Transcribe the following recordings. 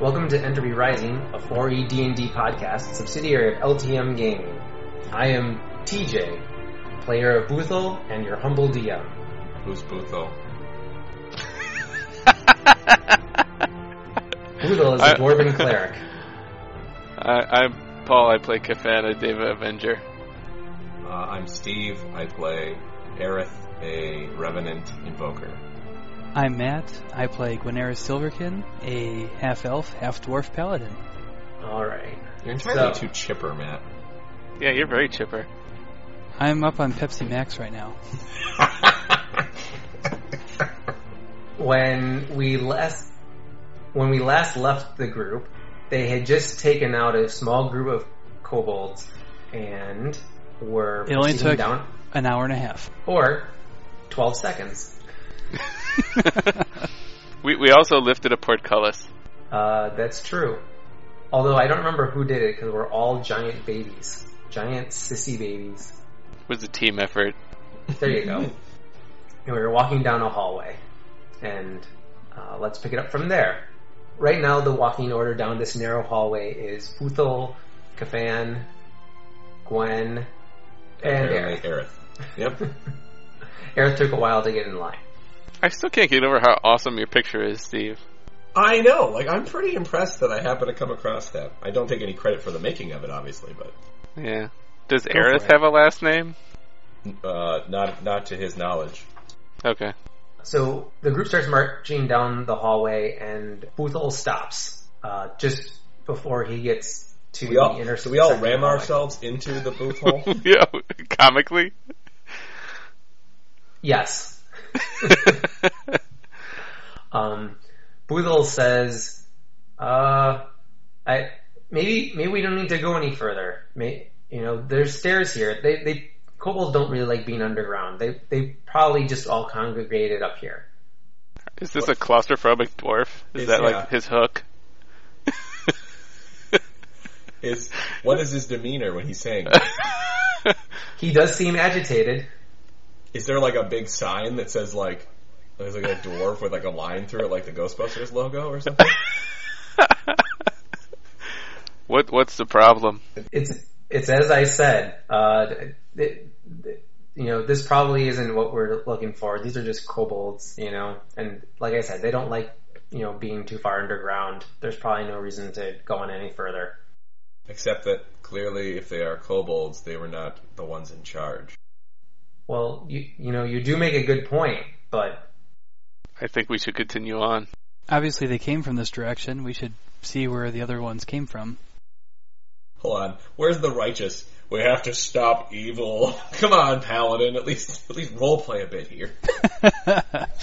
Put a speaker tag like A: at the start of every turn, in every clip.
A: Welcome to Entropy Rising, a E 4E D&D podcast subsidiary of LTM Gaming. I am TJ, player of Boothel and your humble DM.
B: Who's Bootho?
A: Boothel is a
C: I-
A: dwarven cleric.
C: I, I'm Paul. I play Kafana, Deva Avenger.
B: Uh, I'm Steve. I play Aerith, a Revenant Invoker.
D: I'm Matt. I play Guinera Silverkin, a half elf, half dwarf paladin.
A: All right.
B: You're entirely
A: So-
B: too chipper, Matt.
C: Yeah, you're very chipper.
D: I'm up on Pepsi Max right now.
A: When we last when we last left the group, they had just taken out a small group of kobolds and were
D: It only
A: proceeding
D: took-
A: down
D: An hour and a half.
A: or 12 seconds.
C: We we also lifted a portcullis.
A: Uh, that's true. Although I don't remember who did it because we're all giant babies, giant sissy babies.
C: It was a team effort.
A: There you go. and we were walking down a hallway, and uh, let's pick it up from there. Right now, the walking order down this narrow hallway is Puthel, Kafan, Gwen, and
B: Apparently
A: Aerith.
B: Aerith. Yep.
A: Aerith took a while to get in line.
C: I still can't get over how awesome your picture is, Steve.
B: I know. Like, I'm pretty impressed that I happen to come across that. I don't take any credit for the making of it, obviously, but
C: Yeah. Does
A: for
C: Aerith
A: it.
C: have a last name?
B: uh, not not to his knowledge.
C: Okay.
A: So the group starts marching down the hallway, and Boothel stops uh, just before he gets to
B: We all
A: the inner.
B: so we all
A: section
B: ram
A: hallway.
B: ourselves into the booth hole.
C: yeah. Comically.
A: Yes. Um, Boothel says, "Uh, I maybe maybe we don't need to go any further. May, you know, there's stairs here. They they kobolds don't really like being underground. They they probably just all congregated up here.
C: is this a claustrophobic dwarf? Is
B: Is-
C: that
B: yeah.
C: like his hook?
B: Is what is his demeanor when he's saying?
A: He does seem agitated.
B: Is there like a big sign that says like there's like a dwarf with like a line through it, like the Ghostbusters logo or something?
C: What what's the problem?
A: It's it's as I said. Uh, it, it- you know, this probably isn't what we're looking for. These are just kobolds. You know, and like I said, they don't like." You know, being too far underground, there's probably no reason to go on any further.
B: Except that clearly, if they are kobolds, they were not the ones in charge.
A: Well, you you know you do make a good point, but
C: I think we should continue on.
D: Obviously, they came from this direction. We should see where the other ones came from.
B: Hold on, where's the righteous? We have to stop evil. Come on, paladin. At least, at least role play a bit here.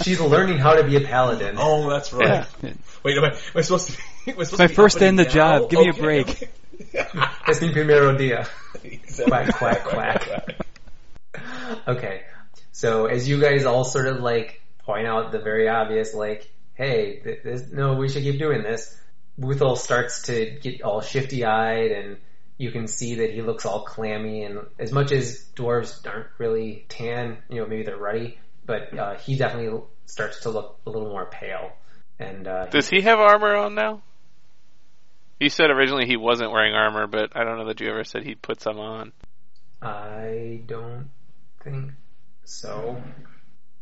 A: she's learning how to be a paladin.
B: Oh, that's right.
D: Yeah.
B: Wait, am I, am I supposed to? Be, am I supposed
D: my
B: to be
D: first day
B: uppity
D: in the
B: now?
D: job. Give me a break.
A: Es mi primero día.
B: Exactly.
A: Quack, quack, quack. Okay, so as you guys all sort of like point out the very obvious, like, hey, th- this, no, we should keep doing this. Boothel starts to get all shifty eyed, and you can see that he looks all clammy. And as much as dwarves aren't really tan, you know, maybe they're ruddy, but uh, he definitely starts to look a little more pale. And uh,
C: Does he have armor on now? You said originally he wasn't wearing armor, but I don't know that you ever said he put some on.
A: I don't think so.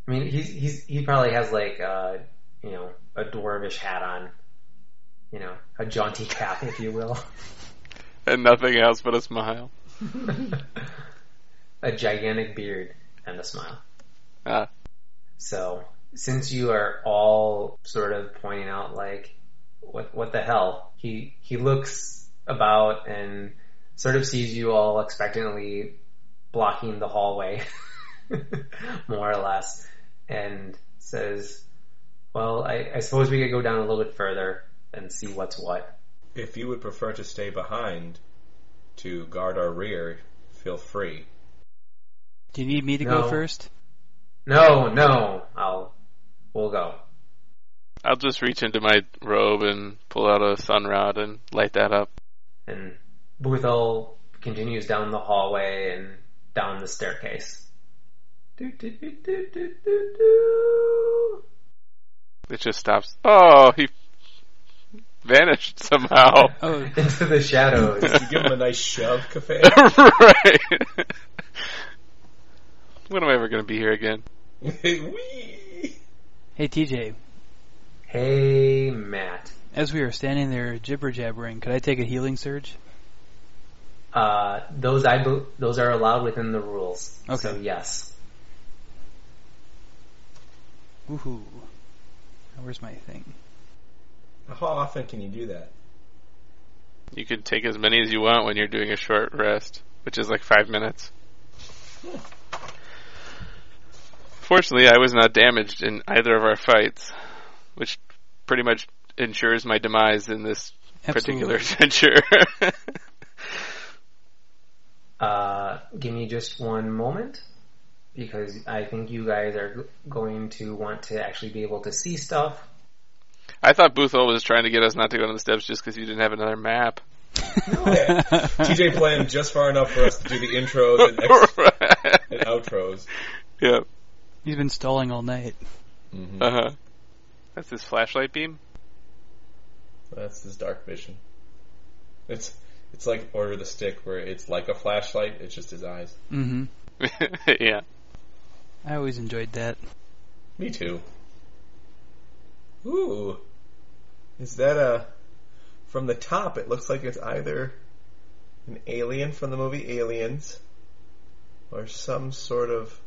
A: I mean, he's he's he probably has like uh, you know a dwarvish hat on, you know, a jaunty cap, if you will,
C: And nothing else but a smile.
A: a gigantic beard, and a smile.
C: Ah.
A: So since you are all sort of pointing out like what what the hell he he looks about and sort of sees you all expectantly blocking the hallway more or less and says well I, I suppose we could go down a little bit further and see what's what
B: If you would prefer to stay behind to guard our rear, feel free.
D: Do you need me to
A: No.
D: go first?
A: no no i'll we'll go
C: I'll just reach into my robe and pull out a sun rod and light that up.
A: and Boothel continues down the hallway and down the staircase. Do, do, do, do, do, do, do.
C: It just stops. Oh, he vanished somehow.
D: Oh,
A: into the shadows.
B: You give him a nice shove, Cafe.
C: right. when am I ever going to be here again?
B: Whee!
D: hey TJ,
A: hey, Matt.
D: as we were standing there jibber jabbering, could I take a healing surge?
A: Uh, those I bel- those are allowed within the rules.
D: Okay.
A: So yes.
D: Woohoo! Now, Where's my thing?
B: How often can you do that?
C: You can take as many as you want when you're doing a short rest, which is like five minutes. Fortunately, I was not damaged in either of our fights, which pretty much ensures my demise in this particular
D: Absolutely.
C: adventure.
A: Uh, give me just one moment because I think you guys are g- going to want to actually be able to see stuff.
C: I thought Boothol was trying to get us not to go down the steps just because you didn't have another map.
B: TJ planned just far enough for us to do the intros and, ex- and outros.
C: yep.
D: He's been stalling all night.
B: Mm-hmm.
C: Uh huh. That's his flashlight beam.
B: That's his dark vision. It's it's like Order of the Stick, where it's like a flashlight. It's just his eyes.
D: Mm-hmm.
C: yeah.
D: I always enjoyed that.
B: Me too. Ooh, is that a? From the top, it looks like it's either an alien from the movie Aliens, or some sort of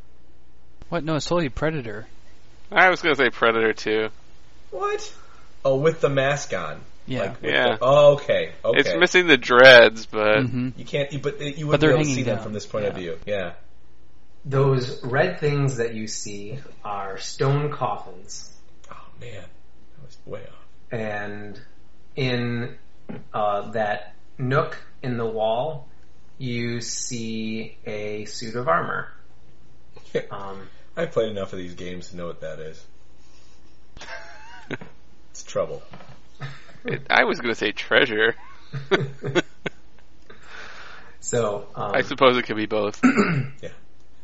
D: What? No, it's totally Predator.
C: I was gonna say Predator too.
B: what? Oh, with the mask on.
D: Yeah.
B: Like with
C: Yeah.
B: the- oh, okay. Okay.
C: It's missing the dreads, but
A: Mm.
D: mm-hmm.
B: You can't. You, but you
D: But
B: wouldn't be
D: they're
B: able to
D: hanging
B: see them
D: down.
B: from this point of
D: Yeah.
B: view. Yeah.
A: Those red things that you see are stone coffins.
B: Oh man, that was way off.
A: and in uh, that nook in the wall, you see a suit of armor. Um,
B: I played enough of these games to know what that is. it's trouble.
C: it, I was gonna say treasure.
A: so, um,
C: I suppose it could be both.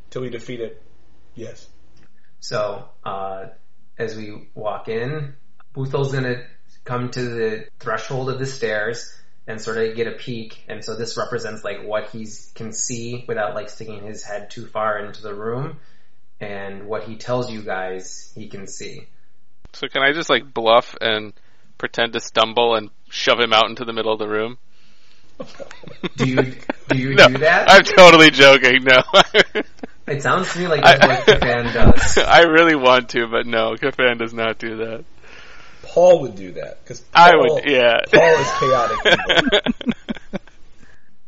B: Till we defeat it. Yes.
A: so uh, as we walk in, Boothel's gonna come to the threshold of the stairs and sort of get a peek. And so this represents like what he can see without like sticking his head too far into the room, and what he tells you guys he can see.
C: So can I just like bluff and pretend to stumble and shove him out into the middle of the room?
A: Do you do you
C: No,
A: do that?
C: I'm totally joking. No,
A: It sounds to me like that's
C: I,
A: what the fan does.
C: I really want to, but no, Kafan does not do that.
B: Paul would do that because
C: I would, yeah.
B: Paul is chaotic. evil.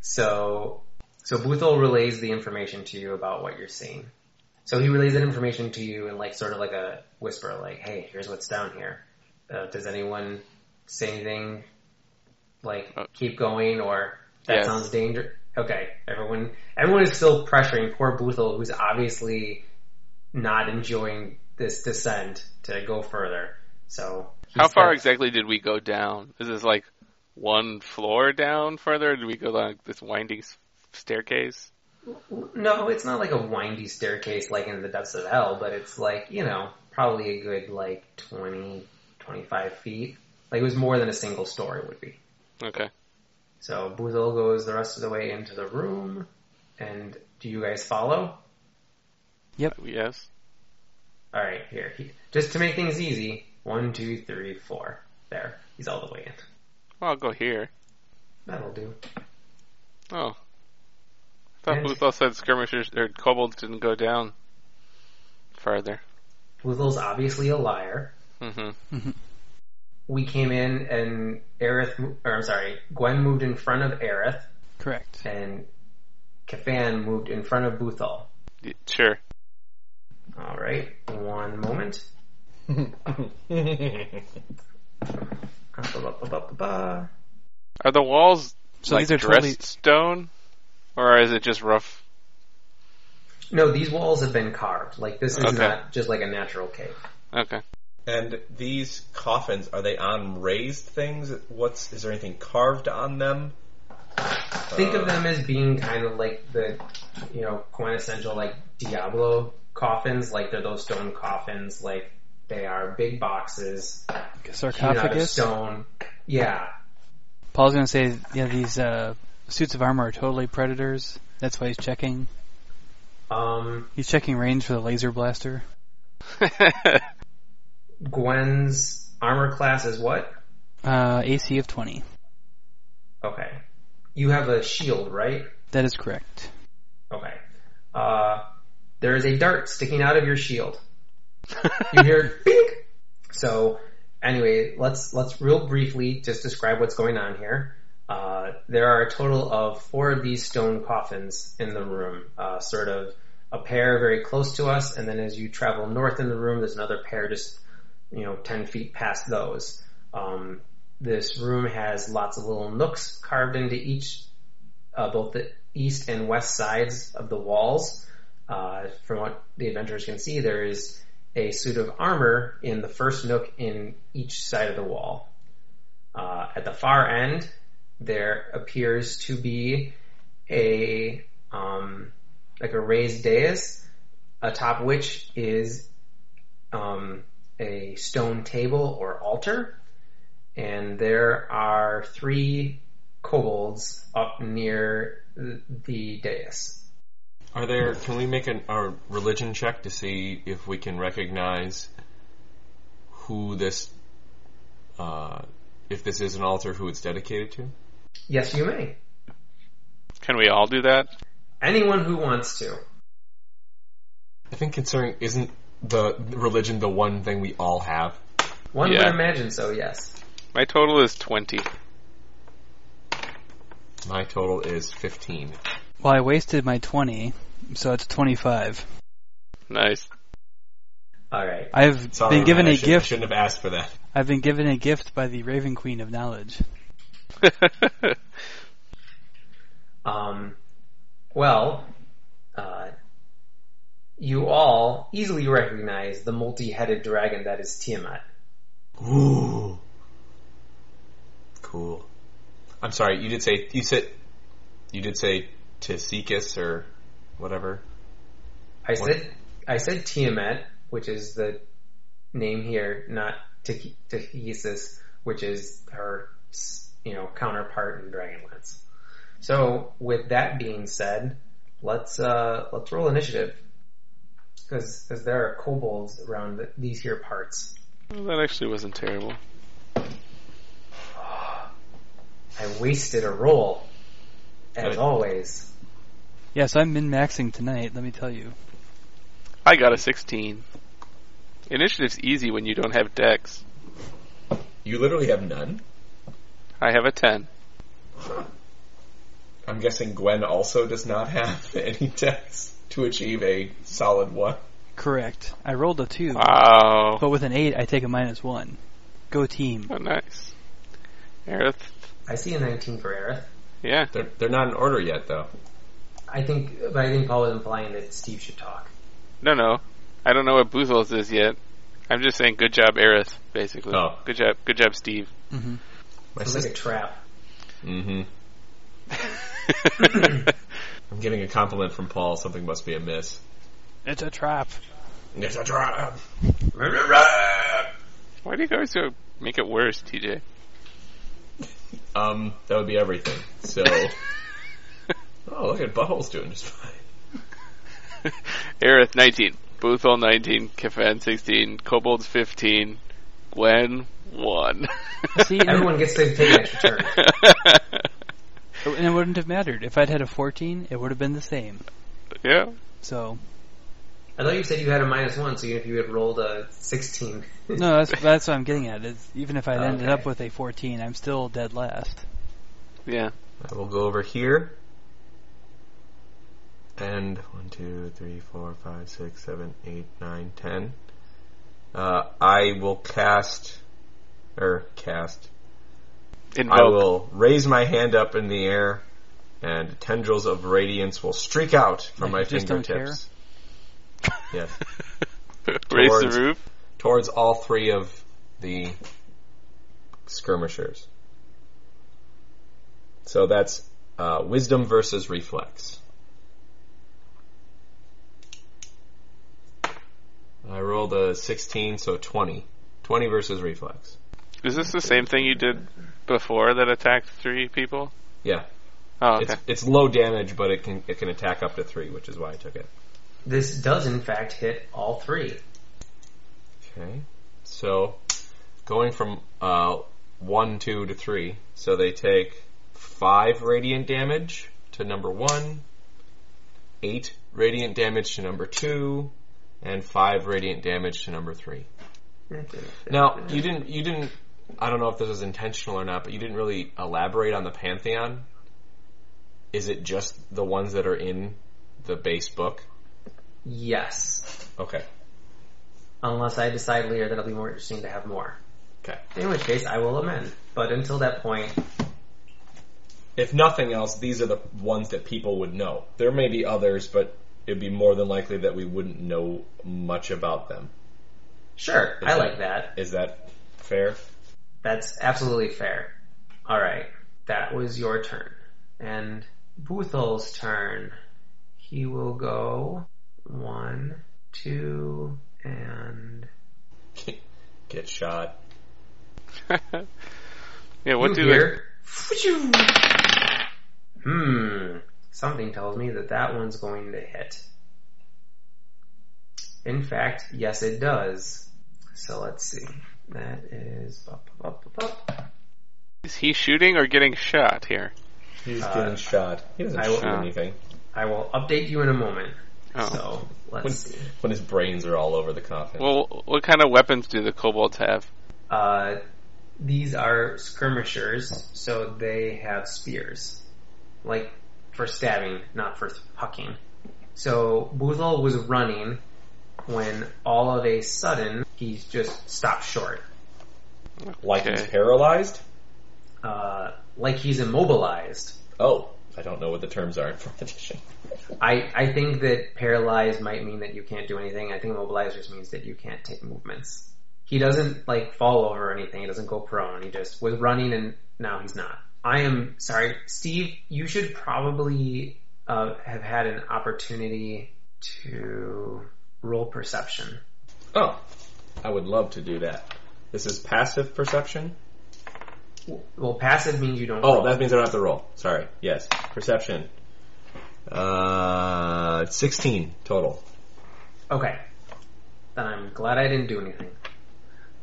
A: So, so Boothel relays the information to you about what you're seeing. So he relays that information to you in like sort of like a whisper, like, "Hey, here's what's down here. Uh, does anyone say anything? Like,
C: Uh,
A: keep going, or that
C: yes.
A: sounds dangerous." Okay, everyone, everyone is still pressuring poor Boothel, who's obviously not enjoying this descent to go further. So, he
C: How far
A: steps-
C: exactly did we go down? Is this like one floor down further? Or did we go down this winding s- staircase?
A: No, it's not like a windy staircase like in the depths of hell, but it's like, you know, probably a good like 20, 25 feet. Like it was more than a single story would be.
C: Okay.
A: So Boothel goes the rest of the way into the room, and do you guys follow?
C: Yes.
A: All right, here. He, just to make things easy, one, two, three, four. There, he's all the way in.
C: Well, I'll go here.
A: That'll do.
C: Oh. I thought
A: And-
C: Boothel said skirmishers or kobolds didn't go down farther.
A: Boothel's obviously a liar.
C: hmm
A: We came in, and Aerith, mo- or I'm sorry, Gwen moved in front of Aerith,
D: Correct.
A: and Kafan moved in front of Boothel.
C: Sure.
A: All right, one moment. Ba-ba-ba-ba-ba.
C: Are the walls
D: So
C: like
D: these are
C: dressed
D: totally
C: stone, or is it just rough?
A: No, these walls have been carved. Like this is
C: Okay.
A: not just like a natural cave.
C: Okay.
B: and these coffins are they on raised things? What's is there anything carved on them?
A: Think
B: Uh,
A: of them as being kind of like the, you know, quintessential like Diablo coffins. Like they're those stone coffins. Like they are big boxes hewn out of
D: sarcophagus.
A: stone. Yeah.
D: Paul's gonna say, yeah, these uh, suits of armor are totally predators. That's why he's checking.
A: Um,
D: He's checking range for the laser blaster.
A: Gwen's armor class is what?
D: Uh, AC of 20.
A: Okay. You have a shield, right?
D: That is correct.
A: Okay. Uh, there is a dart sticking out of your shield. You hear bink. So, anyway, let's let's real briefly just describe what's going on here. Uh, there are a total of four of these stone coffins in the room, uh, sort of a pair very close to us, and then as you travel north in the room, there's another pair just you know ten feet past those. Um, this room has lots of little nooks carved into each uh, both the east and west sides of the walls. Uh, from what the adventurers can see, there is a suit of armor in the first nook in each side of the wall. Uh, at the far end, there appears to be a um, like a raised dais, atop which is um, a stone table or altar, and there are three kobolds up near th- the dais.
B: Are there? Can we make an, a religion check to see if we can recognize who this, uh, if this is an altar, who it's dedicated to?
A: Yes, you may.
C: Can we all do that?
A: Anyone who wants to.
B: I think considering isn't the religion the one thing we all have.
A: One
C: Yeah.
A: would imagine so, yes.
C: My total is 20.
B: My total is fifteen.
D: Well, I wasted my 20, so it's 25.
C: Nice.
A: Alright.
D: I've
B: Sorry,
D: been given
B: man, I
D: a
B: should- I
D: gift.
B: shouldn't have asked for that.
D: I've been given a gift by the Raven Queen of Knowledge.
A: Um, well, uh, you all easily recognize the multi-headed dragon that is Tiamat.
B: Ooh. Cool. I'm sorry, you did say you said you did say Tisikis or whatever.
A: I
B: What?
A: said I said Tiamat, which is the name here, not Tah- Tahisis, which is her you know counterpart in Dragonlance. So with that being said, let's uh, let's roll initiative because there are kobolds around th- these here parts.
C: Well, that actually wasn't terrible.
A: I wasted a roll as
B: Right.
A: always.
D: Yeah, so I'm min maxing tonight, let me tell you.
C: I got a 16. Initiative's easy when you don't have decks.
B: You literally have none.
C: I have a 10.
B: I'm guessing Gwen also does not have any decks to achieve a solid one.
D: Correct. I rolled a 2,
C: Wow.
D: but with an 8, I take a minus 1. Go team.
C: Oh, nice. Aerith,
A: I see a 19 for Aerith.
C: yeah.
B: They're they're not in order yet though.
A: I think, but I think Paul was implying that Steve should talk.
C: No, no. I don't know what Boothel's is yet. I'm just saying good job, Aerith, basically.
B: Oh.
C: Good job, good job, Steve.
D: hmm
B: My
A: It was like a trap.
B: Mm-hmm. I'm getting a compliment from Paul, something must be amiss.
D: It's a trap.
B: It's a trap.
C: Why do you guys go make it worse, TJ?
B: Um, that would be everything. So Oh, look at Butthole's doing just fine.
C: Aerith, 19. Boothel, 19. Kefan, 16. Kobold, 15. Gwen, 1.
D: See, and,
A: Everyone gets to take an extra turn.
D: and it wouldn't have mattered. If I'd had a 14, it would have been the same.
C: yeah.
D: So,
A: I thought you said you had a minus one, so even if you had rolled a 16.
D: no, that's, that's what I'm getting at. It's, even if I'd ended
A: Okay.
D: up with a 14, I'm still dead last.
C: Yeah.
B: I will go over here. And one, two, three, four, five, six, seven, eight, nine, ten. Uh, I will cast, or cast. I
C: Invoke.
B: will raise my hand up in the air, and tendrils of radiance will streak out from
D: Like
B: my
D: you just don't
B: fingertips. Yes,
C: Raise the
B: Towards-
C: roof.
B: towards all three of the skirmishers. So that's uh, wisdom versus reflex. I rolled a 16, so 20. 20 versus reflex.
C: Is this the same thing you did before that attacked three people?
B: Yeah.
C: Oh, okay.
B: It's it's low damage, but it can it can attack up to three, which is why I took it.
A: This does in fact hit all three.
B: Okay. So going from uh one, two to three, so they take five radiant damage to number one, eight radiant damage to number two, and five radiant damage to number three. Now you didn't you didn't I don't know if this was intentional or not, but you didn't really elaborate on the pantheon. Is it just the ones that are in the base book?
A: Yes.
B: Okay.
A: Unless I decide later that it'll be more interesting to have more.
B: Okay.
A: In which case, I will amend. But until that point,
B: If nothing else, these are the ones that people would know. There may be others, but it'd be more than likely that we wouldn't know much about them.
A: sure, I like that.
B: Is that fair?
A: That's absolutely fair. Alright, that was your turn. And Boothel's turn. He will go one, two, and
B: Get shot.
C: yeah, what
A: you
C: do they?
A: hear? Phew. Hmm. Something tells me that that one's going to hit. In fact, yes, it does. So let's see. That is. Up, up, up, up.
C: Is he shooting or getting shot here?
B: He's
A: Uh,
B: getting shot. He doesn't
A: I will-
B: shoot anything
A: I will update you in a moment.
C: Oh.
A: So
B: when,
A: let's see.
B: when his brains are all over the coffin.
C: Well, what kind of weapons do the kobolds have?
A: Uh, these are skirmishers, so they have spears. Like, for stabbing, not for th- hucking. So, Boothel was running when all of a sudden he's just stopped short.
B: like he's
C: okay.
B: paralyzed.
A: Uh, like he's immobilized.
B: Oh, I don't know what the terms are in fourth edition.
A: I, I think that paralyzed might mean that you can't do anything. I think immobilized just means that you can't take movements. He doesn't like fall over or anything. He doesn't go prone. He just was running and now he's not. I am sorry, Steve. You should probably uh, have had an opportunity to roll perception.
B: Oh, I would love to do that. This is passive perception.
A: Well, passive means you don't.
B: Oh,
A: roll.
B: that means I don't have to roll. Sorry. Yes, perception. Uh, sixteen total.
A: Okay. Then I'm glad I didn't do anything.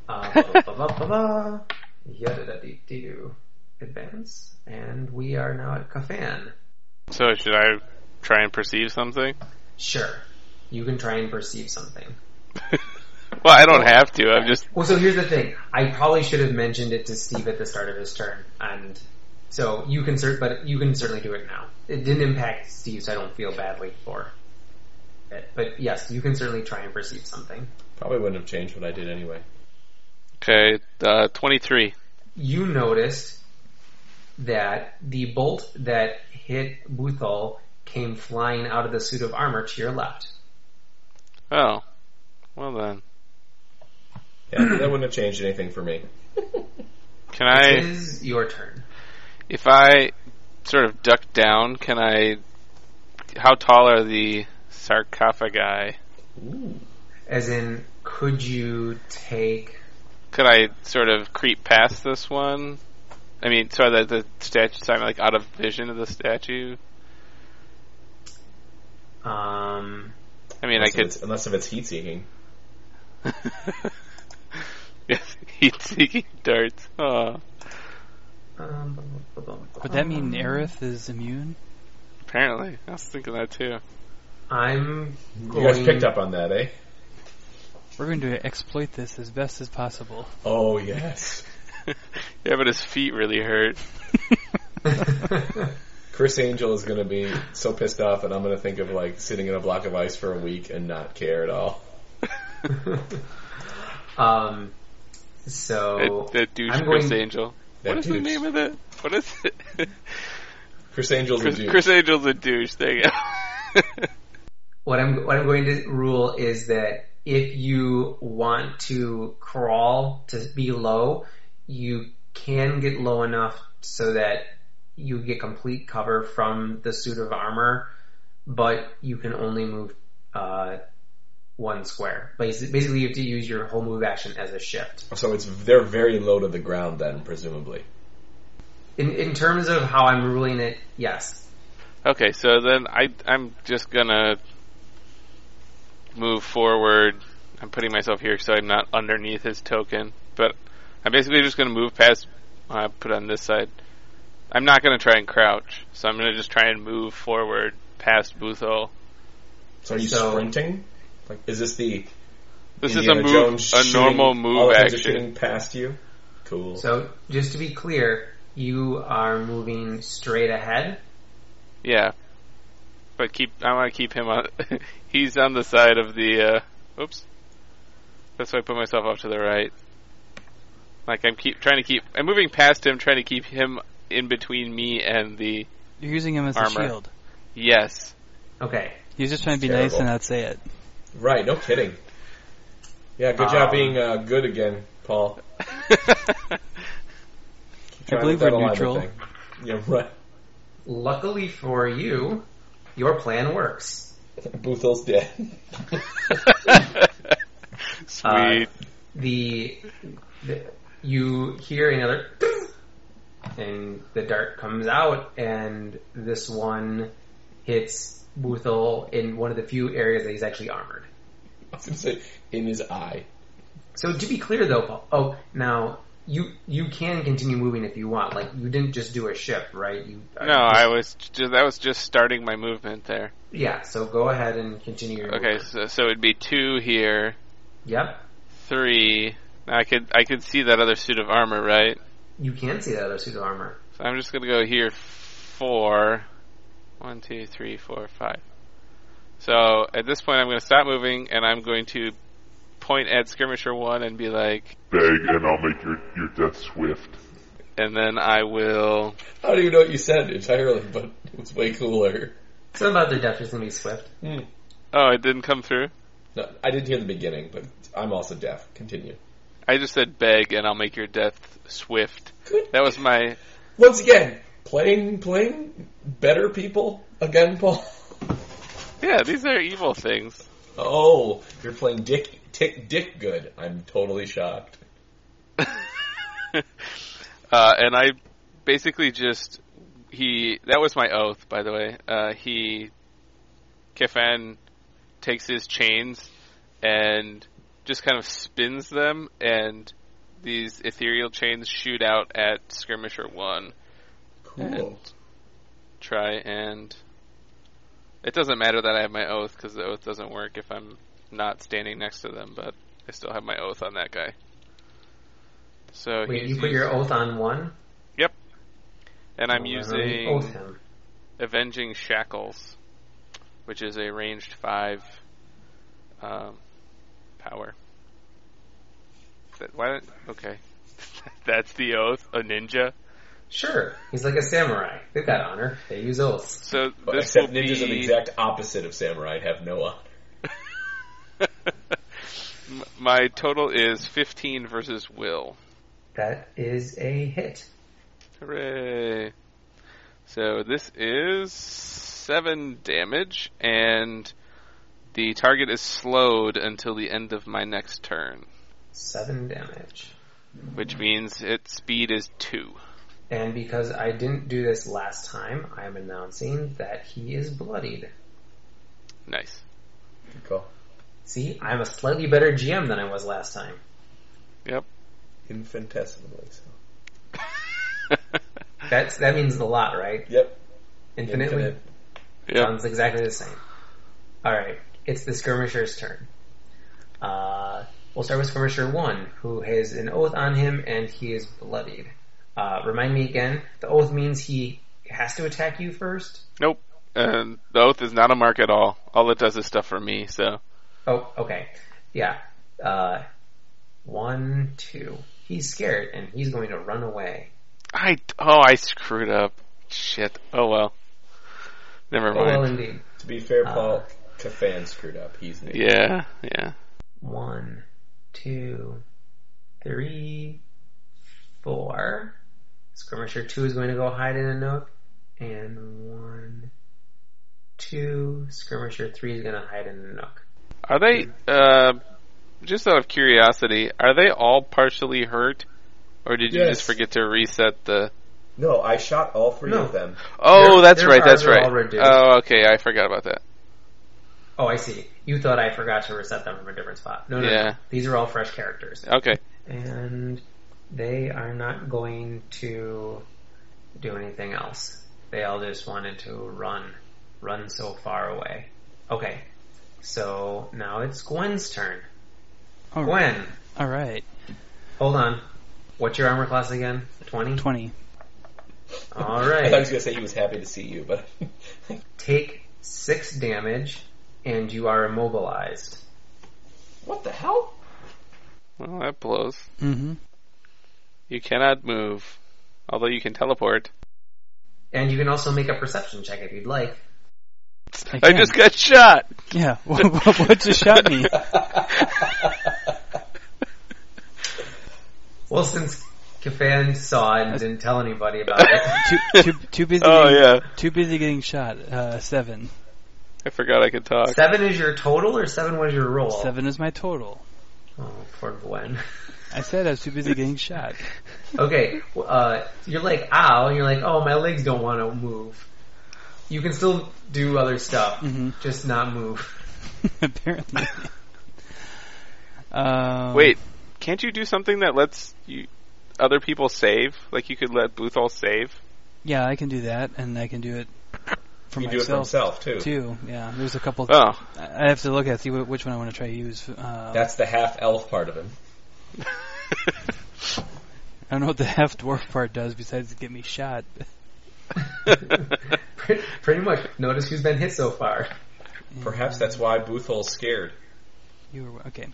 A: Uh, ba- ba- ba- ba- ba. Yadda-da-dee-doo. Advance. And we are now at Kafan.
C: So should I try and perceive something?
A: Sure. You can try and perceive something.
C: Well, I don't have to. I'm just
A: Well, so here's the thing. I probably should have mentioned it to Steve at the start of his turn, and so you can cer- but you can certainly do it now. It didn't impact Steve, so I don't feel badly for it. But yes, you can certainly try and perceive something.
B: Probably wouldn't have changed what I did anyway.
C: okay. Uh, Twenty-three.
A: you noticed that the bolt that hit Buthol came flying out of the suit of armor to your left.
C: Oh, well then.
B: Yeah, that wouldn't have changed anything for me.
C: Can
A: It
C: I,
A: is your turn.
C: if I sort of duck down, can I? How tall are the sarcophagi?
A: As in, could you take?
C: Could I sort of creep past this one? I mean, so that the statue, so I'm like out of vision of the statue.
A: Um,
C: I mean,
B: unless,
C: I
B: if
C: could.
B: it's, unless if it's heat seeking.
C: yes, heat seeking darts. Oh,
A: um, bum, bum, bum,
D: Would that mean
A: bum.
D: Aerith is immune?
C: apparently, I was thinking that too.
A: I'm
B: You
A: going.
B: guys picked up on that, eh?
D: We're going to exploit this as best as possible.
B: Oh yes.
C: Yeah, but his feet really hurt.
B: Chris Angel is gonna be so pissed off that I'm gonna think of like sitting in a block of ice for a week and not care at all.
A: um, so
C: That, that douche
A: Oh, I'm
C: Chris
A: going-
C: Angel.
B: That
C: what is
B: douche.
C: the name of it? What is it?
B: Chris Angel's
C: Chris,
B: a dude.
C: Chris Angel's a douche. There you go.
A: what I'm what I'm going to rule is that if you want to crawl to be low, you can get low enough so that you get complete cover from the suit of armor, but you can only move uh, one square. Basi- Basically, you have to use your whole move action as a shift.
B: So it's they're very low to the ground then, presumably.
A: In in terms of how I'm ruling it, yes.
C: Okay, so then I I'm just gonna move forward. I'm putting myself here so I'm not underneath his token, but I'm basically just gonna move past. I put on this side. I'm not gonna try and crouch, so I'm gonna just try and move forward past Buthol.
E: So are you
A: So-
E: sprinting? Like, is this the
C: This
E: Indiana
C: is a move,
E: Jones
C: a
E: shooting-
C: normal
E: all
C: move
E: the things are
C: action.
E: shooting past you? Cool.
A: So just to be clear, you are moving straight ahead.
C: Yeah, but keep. I want to keep him on. he's on the side of the. Uh, oops. That's why I put myself off to the right. Like I'm keep trying to keep. I'm moving past him, trying to keep him in between me and the.
D: You're using him as
C: Armor.
D: a shield.
C: Yes.
A: Okay.
D: You're just trying to be nice
E: Terrible.
D: and not say it.
E: right, no kidding. Yeah, good job
A: Um,
E: being uh, good again, Paul.
D: I
E: Trying
D: believe
E: with
D: we're
E: that alignment
D: neutral.
E: thing. Yeah, right.
A: Luckily for you, your plan works.
E: Boothel's dead.
C: Sweet.
A: the, the you hear another and the dart comes out and this one hits Buthel in one of the few areas that he's actually armored.
E: I was gonna say in his eye.
A: So to be clear though, Paul, oh now you you can continue moving if you want. Like you didn't just do a ship, right? You uh,
C: no, I was just, that was just starting my movement there.
A: yeah. So go ahead and continue. Your
C: Okay,
A: movement.
C: so so it'd be two here,
A: Yep.
C: three. I could I could see that other suit of armor, right?
A: You can see that other suit of armor.
C: So I'm just gonna go here four. One, two, three, four, five. So at this point I'm gonna stop moving and I'm going to point at skirmisher one and be like
F: beg and I'll make your, your death swift.
C: and then I will
E: I don't even know what you said entirely, but it was way cooler.
A: Something about their death is gonna be swift.
D: Hmm.
C: Oh, it didn't come through?
E: No, I didn't hear the beginning, but I'm also deaf. Continue.
C: I just said beg and I'll make your death swift.
E: Good.
C: That was my
E: Once again, playing playing better people again, Paul.
C: Yeah, these are evil things.
E: Oh, you're playing Dick Tick Dick good. I'm totally shocked.
C: uh, and I basically just he that was my oath, by the way. Uh, he Kifen takes his chains and just kind of spins them, and these ethereal chains shoot out at Skirmisher One.
E: Cool.
C: Try and it doesn't matter that I have my oath because the oath doesn't work if I'm not standing next to them, but I still have my oath on that guy. So
A: Wait,
C: he's
A: you put
C: used-
A: your oath on one.
C: and I'm
A: Um,
C: using
A: oath him.
C: Avenging Shackles, which is a ranged five um, power. That, why? Don't, okay, that's the oath. A ninja.
A: Sure. He's like a samurai. They've got honor. They use oaths.
C: So
E: But
C: this
E: Except
C: will
E: ninjas are the
C: be
E: exact opposite of samurai. Have no honor.
C: M- my total is fifteen versus Will.
A: That is a hit.
C: Hooray! So this is seven damage, and the target is slowed until the end of my next turn,
A: Seven damage.
C: which means its speed is two.
A: And because I didn't do this last time, I am announcing that he is bloodied.
C: Nice.
E: Good call.
A: See, I'm a slightly better GM than I was last time.
E: Infinitesimally. So.
A: That's that means a lot, right?
E: Yep.
A: Infinitely
E: Infinite.
C: Yeah.
A: sounds exactly the same. All right, it's the skirmisher's turn. Uh, we'll start with skirmisher one, who has an oath on him, and he is bloodied. Uh, remind me again. The oath means he has to attack you first.
C: Nope. And the oath is not a mark at all. All it does is stuff for me. So
A: Oh, okay. Yeah. Uh, one, two. He's scared and he's going to run away.
C: I oh I screwed up. Shit. Oh well. Never
A: Oh, well,
C: mind.
A: indeed.
E: To be fair,
A: Uh.
E: Paul Kafan screwed up. He's the
C: Yeah. Yeah.
A: One, two, three, four. Skirmisher two is going to go hide in a nook. And one, two. Skirmisher three is going to hide in a nook.
C: Are they? Uh, just out of curiosity, are they all partially hurt, or did you
E: Yes.
C: just forget to reset the?
B: No, I shot all three
A: No.
B: of them.
C: Oh,
A: Their-
C: that's
A: their
C: right. That's
A: cards are
C: right.
A: all reduced.
C: Oh, okay. I forgot about that.
A: Oh, I see. You thought I forgot to reset them from a different spot. No, no,
C: Yeah.
A: no. These are all fresh characters.
C: Okay.
A: And they are not going to do anything else. They all just wanted to run. Run so far away. Okay. So now it's Gwen's turn.
D: All right.
A: Gwen,
D: All right.
A: hold on. What's your armor class again? 20?
D: 20.
B: I thought he
A: Alright.
B: was gonna say he was happy to see you, but
A: Take 6 damage and you are immobilized.
B: what the hell?
C: Well, that blows.
D: Mm-hmm.
C: You cannot move, although you can teleport.
A: And you can also make a perception check if you'd like.
C: I just got shot.
D: Yeah. what just shot me?
A: Well, since Kafan saw it and didn't tell anybody about it,
D: too, too, too busy.
C: Oh
D: getting,
C: yeah.
D: Too busy getting shot. Uh, seven.
C: I forgot I could talk.
A: seven is your total or seven was your roll?
D: Seven is my total.
A: Oh, poor Gwen.
D: I said I was too busy getting shot.
A: Okay, well, uh, you're like, ow, and you're like, oh, my legs don't want to move. You can still do other stuff,
D: Mhm.
A: just not move.
D: Apparently. Um,
C: Wait, can't you do something that lets you other people save? Like you could let Boothall save.
D: Yeah, I can do that, and I can do it for
B: You do it for
D: myself
B: himself too.
D: too. Yeah, there's a couple.
C: Oh,
D: I I have to look at see wh- which one I want to try to use. Uh,
B: That's the half elf part of him.
D: I don't know what the half dwarf part does besides get me shot.
A: Pretty, pretty much. Notice who's been hit so far.
B: Perhaps that's why Boothol's scared.
D: You were okay.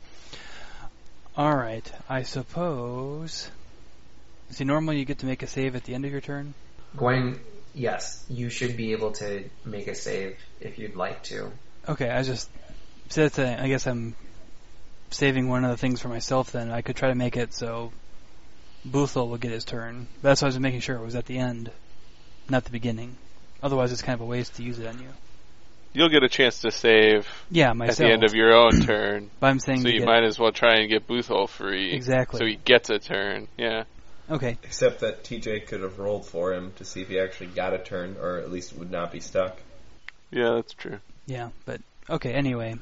D: All right, I suppose. See, normally you get to make a save at the end of your turn.
A: Gwen, yes, you should be able to make a save if you'd like to.
D: Okay, I just so that's a, I guess I'm saving one of the things for myself. Then I could try to make it so Boothel will get his turn. That's why I was making sure it was at the end, not the beginning. Otherwise, it's kind of a waste to use it on you.
C: you'll get a chance to save
D: Yeah, myself.
C: at the end of your own turn,
D: But I'm saying
C: so
D: to
C: you
D: get-
C: might as well try and get Boothall free.
D: Exactly.
C: So he gets a turn. Yeah.
D: Okay.
B: Except that TJ could have rolled for him to see if he actually got a turn, or at least would not be stuck.
C: Yeah, that's true.
D: Yeah, but okay. Anyway,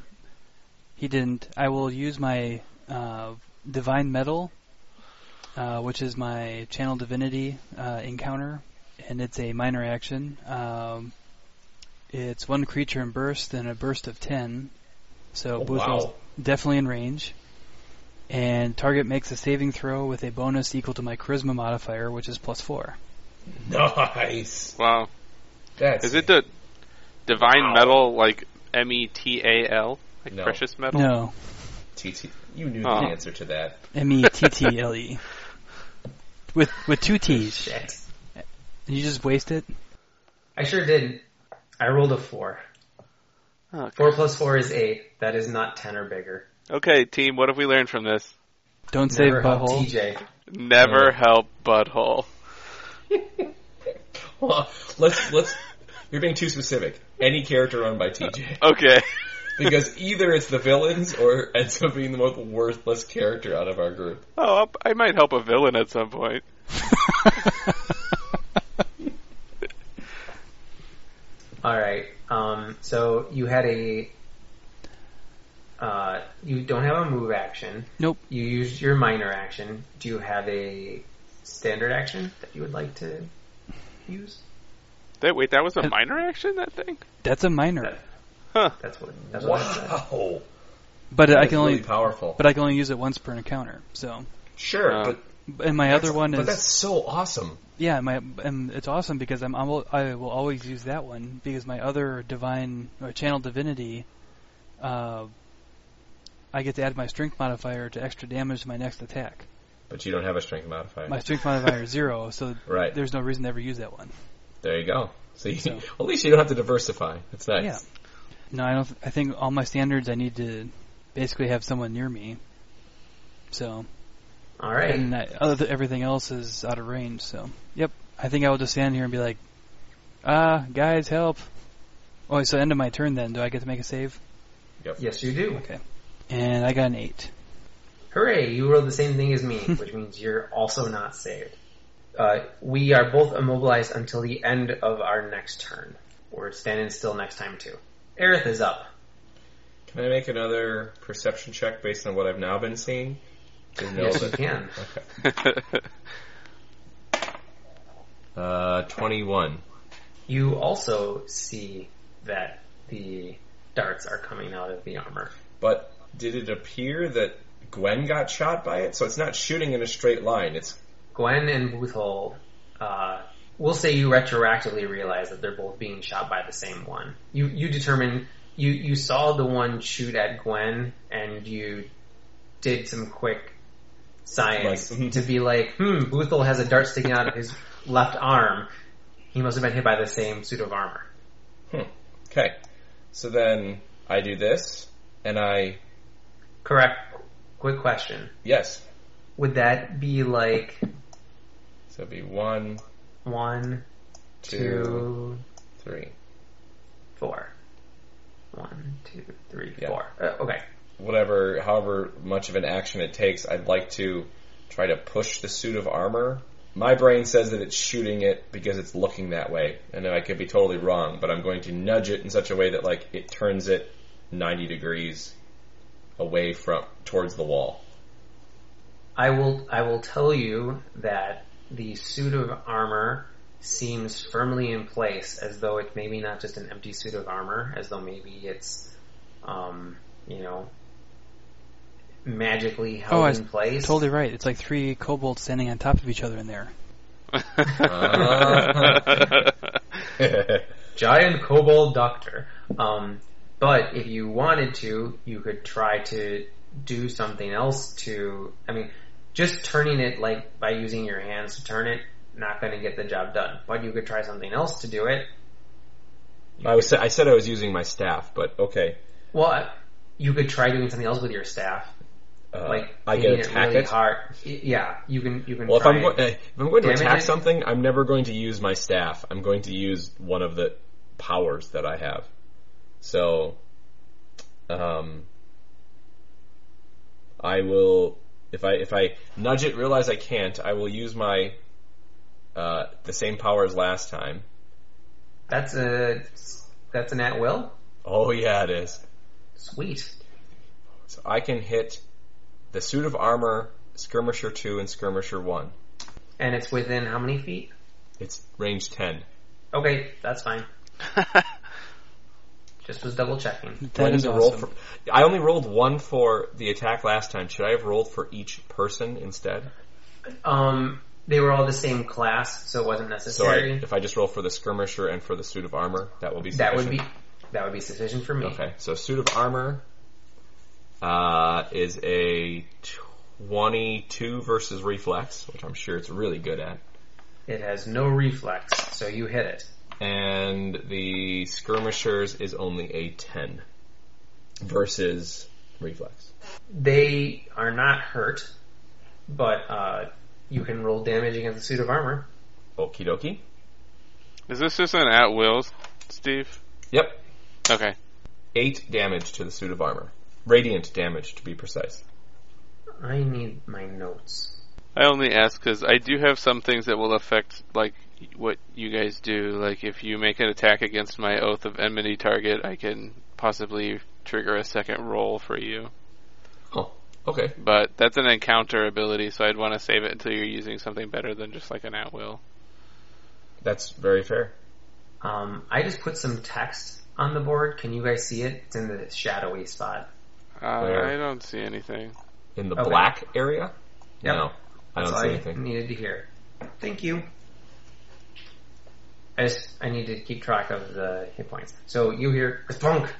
D: he didn't. I will use my uh, divine metal, uh, which is my channel divinity uh, encounter, and it's a minor action. Um, it's one creature in burst and a burst of ten, so
B: Oh,
D: Boothwell's
B: wow.
D: definitely in range. And target makes a saving throw with a bonus equal to my charisma modifier, which is plus four.
B: Nice.
C: Wow.
B: That's
C: Is it the divine
B: Wow.
C: metal like M E T A L like
B: No.
C: precious metal?
D: No,
B: TT. You knew
C: Oh.
B: the answer to that.
D: M E T T L E, with with two T's.
A: Shit.
D: And you just waste it?
A: I sure didn't. I rolled a four.
C: Oh,
A: Four plus four is eight. That is not ten or bigger.
C: Okay, team. What have we learned from this?
D: Don't save
A: Never help
D: butthole.
A: TJ.
C: Never help butthole.
B: Well, let's let's. You're being too specific. Any character run by TJ,
C: Okay.
B: because either it's the villains or it ends up being the most worthless character out of our group.
C: Oh, I'll- I might help a villain at some point.
A: All right. Um, so you had a. Uh, you don't have a move action.
D: Nope.
A: You used your minor action. Do you have a standard action that you would like to use?
C: That, wait, that was a
D: And-
C: minor action. That thing.
D: That's a minor.
A: That's what. That's what I said.
B: Wow,
D: But I
B: that's
D: can only
B: really powerful.
D: but I can only use it once per encounter. So
B: sure,
C: Uh,
B: but
D: and my other one
B: but
D: is
B: that's so awesome.
D: yeah, my and it's awesome because I'm I will, I will always use that one because my other divine or channel divinity uh I get to add my strength modifier to extra damage to my next attack.
B: But you don't have a strength modifier,
D: My strength modifier is 0, so
B: right?
D: there's no reason to ever use that one.
B: There you go. See,
D: So-
B: at least you don't have to diversify. That's nice.
D: Yeah. No, I don't. Th- I think all my standards. I need to basically have someone near me. So,
A: All right.
D: and uh, I, other th- everything else is out of range. So, yep. I think I will just stand here and be like, "Ah, guys, help!" Oh, so end of my turn. Then do I get to make a save?
A: Yes, you do.
D: And I got an eight.
A: Hooray! You rolled the same thing as me, which means you're also not saved. Uh, we are both immobilized until the end of our next turn. We're standing still next time too. Aerith is up.
B: Can I make another perception check based on what I've now been seeing?
E: Didn't know
A: Yes, you
E: that-
A: can.
B: Okay.
E: Uh, 21.
A: You also see that the darts are coming out of the armor.
B: But did it appear that Gwen got shot by it? So it's not shooting in a straight line. It's
A: Gwen and Boothole, uh, we'll say you retroactively realize that they're both being shot by the same one. You you determine you you saw the one shoot at Gwen, and you did some quick science
B: Like, mhm.
A: to be like, hmm, Boothole has a dart sticking out of his left arm. He must have been hit by the same suit of armor.
B: okay. So then I do this, and I
A: Correct. Quick question.
B: yes.
A: Would that be like
B: So it'd be one,
A: one,
B: two,
A: two,
B: three.
A: four? One, two, three,
B: Yeah.
A: four. Uh, okay.
B: Whatever, however much of an action it takes, I'd like to try to push the suit of armor. My brain says that it's shooting it because it's looking that way, and I could be totally wrong, but I'm going to nudge it in such a way that like it turns it 90 degrees away from towards the wall.
A: I will I will tell you that the suit of armor seems firmly in place, as though it's maybe not just an empty suit of armor, as though maybe it's, um, you know, magically held
D: Oh, I
A: in place.
D: Totally right. It's like three kobolds standing on top of each other in there.
A: Giant kobold doctor. Um, but if you wanted to, you could try to do something else to. I mean, just turning it like by using your hands to turn it, not going to get the job done. But you could try something else to do it.
E: I was I said I was using my staff, but okay.
A: Well, you could try doing something else with your staff,
E: Uh,
A: like
E: I can
A: hitting
E: attack
A: really
E: it.
A: hard. Y- Yeah, you can. You can.
E: Well, if
A: try
E: I'm, go-
A: it.
E: eh, if I'm going to
A: Damage
E: attack
A: it?
E: something, I'm never going to use my staff. I'm going to use one of the powers that I have. So, um, I will if I if I nudge it, realize I can't. I will use my uh, the same power as last time.
A: that's a that's an at will.
E: Oh yeah, it is.
A: Sweet.
E: So I can hit the suit of armor, skirmisher two, and skirmisher one.
A: And it's within how many feet?
E: It's range ten.
A: Okay, that's fine. Just was double checking.
E: Do I
D: That
E: need
D: is
E: to
D: awesome.
E: roll for? I only rolled one for the attack last time. Should I have rolled for each person instead?
A: Um, they were all the same class, so it wasn't
E: So I,
A: necessary.
E: if I just roll for the skirmisher and for the suit of armor, that will be
A: that
E: sufficient.
A: would be that would be sufficient for me.
E: okay. So suit of armor uh, is a twenty-two versus reflex, which I'm sure it's really good at,
A: It has no reflex, so you hit it.
E: and the skirmishers is only a ten versus reflex.
A: They are not hurt, but uh, you can roll damage against the suit of armor.
E: Okie dokie.
C: Is this just an at will, Steve?
E: Yep.
C: Okay.
E: Eight damage to the suit of armor. Radiant damage, to be precise.
A: I need my notes.
C: I only ask because I do have some things that will affect like what you guys do. Like if you make an attack against my oath of enmity target, I can possibly trigger a second roll for you.
E: Oh, okay.
C: But that's an encounter ability, so I'd want to save it until you're using something better than just like an at will.
E: That's very fair.
A: Um, I just put some text on the board. Can you guys see it? It's in the shadowy spot.
C: Uh,
E: Fair.
C: I don't see anything.
E: In the
A: Okay.
E: black area?
A: Yep.
E: No. I
A: That's
E: don't
A: all
E: see
A: I
E: anything.
A: needed to hear. Thank you. I just I need to keep track of the hit points. So you hear thunk,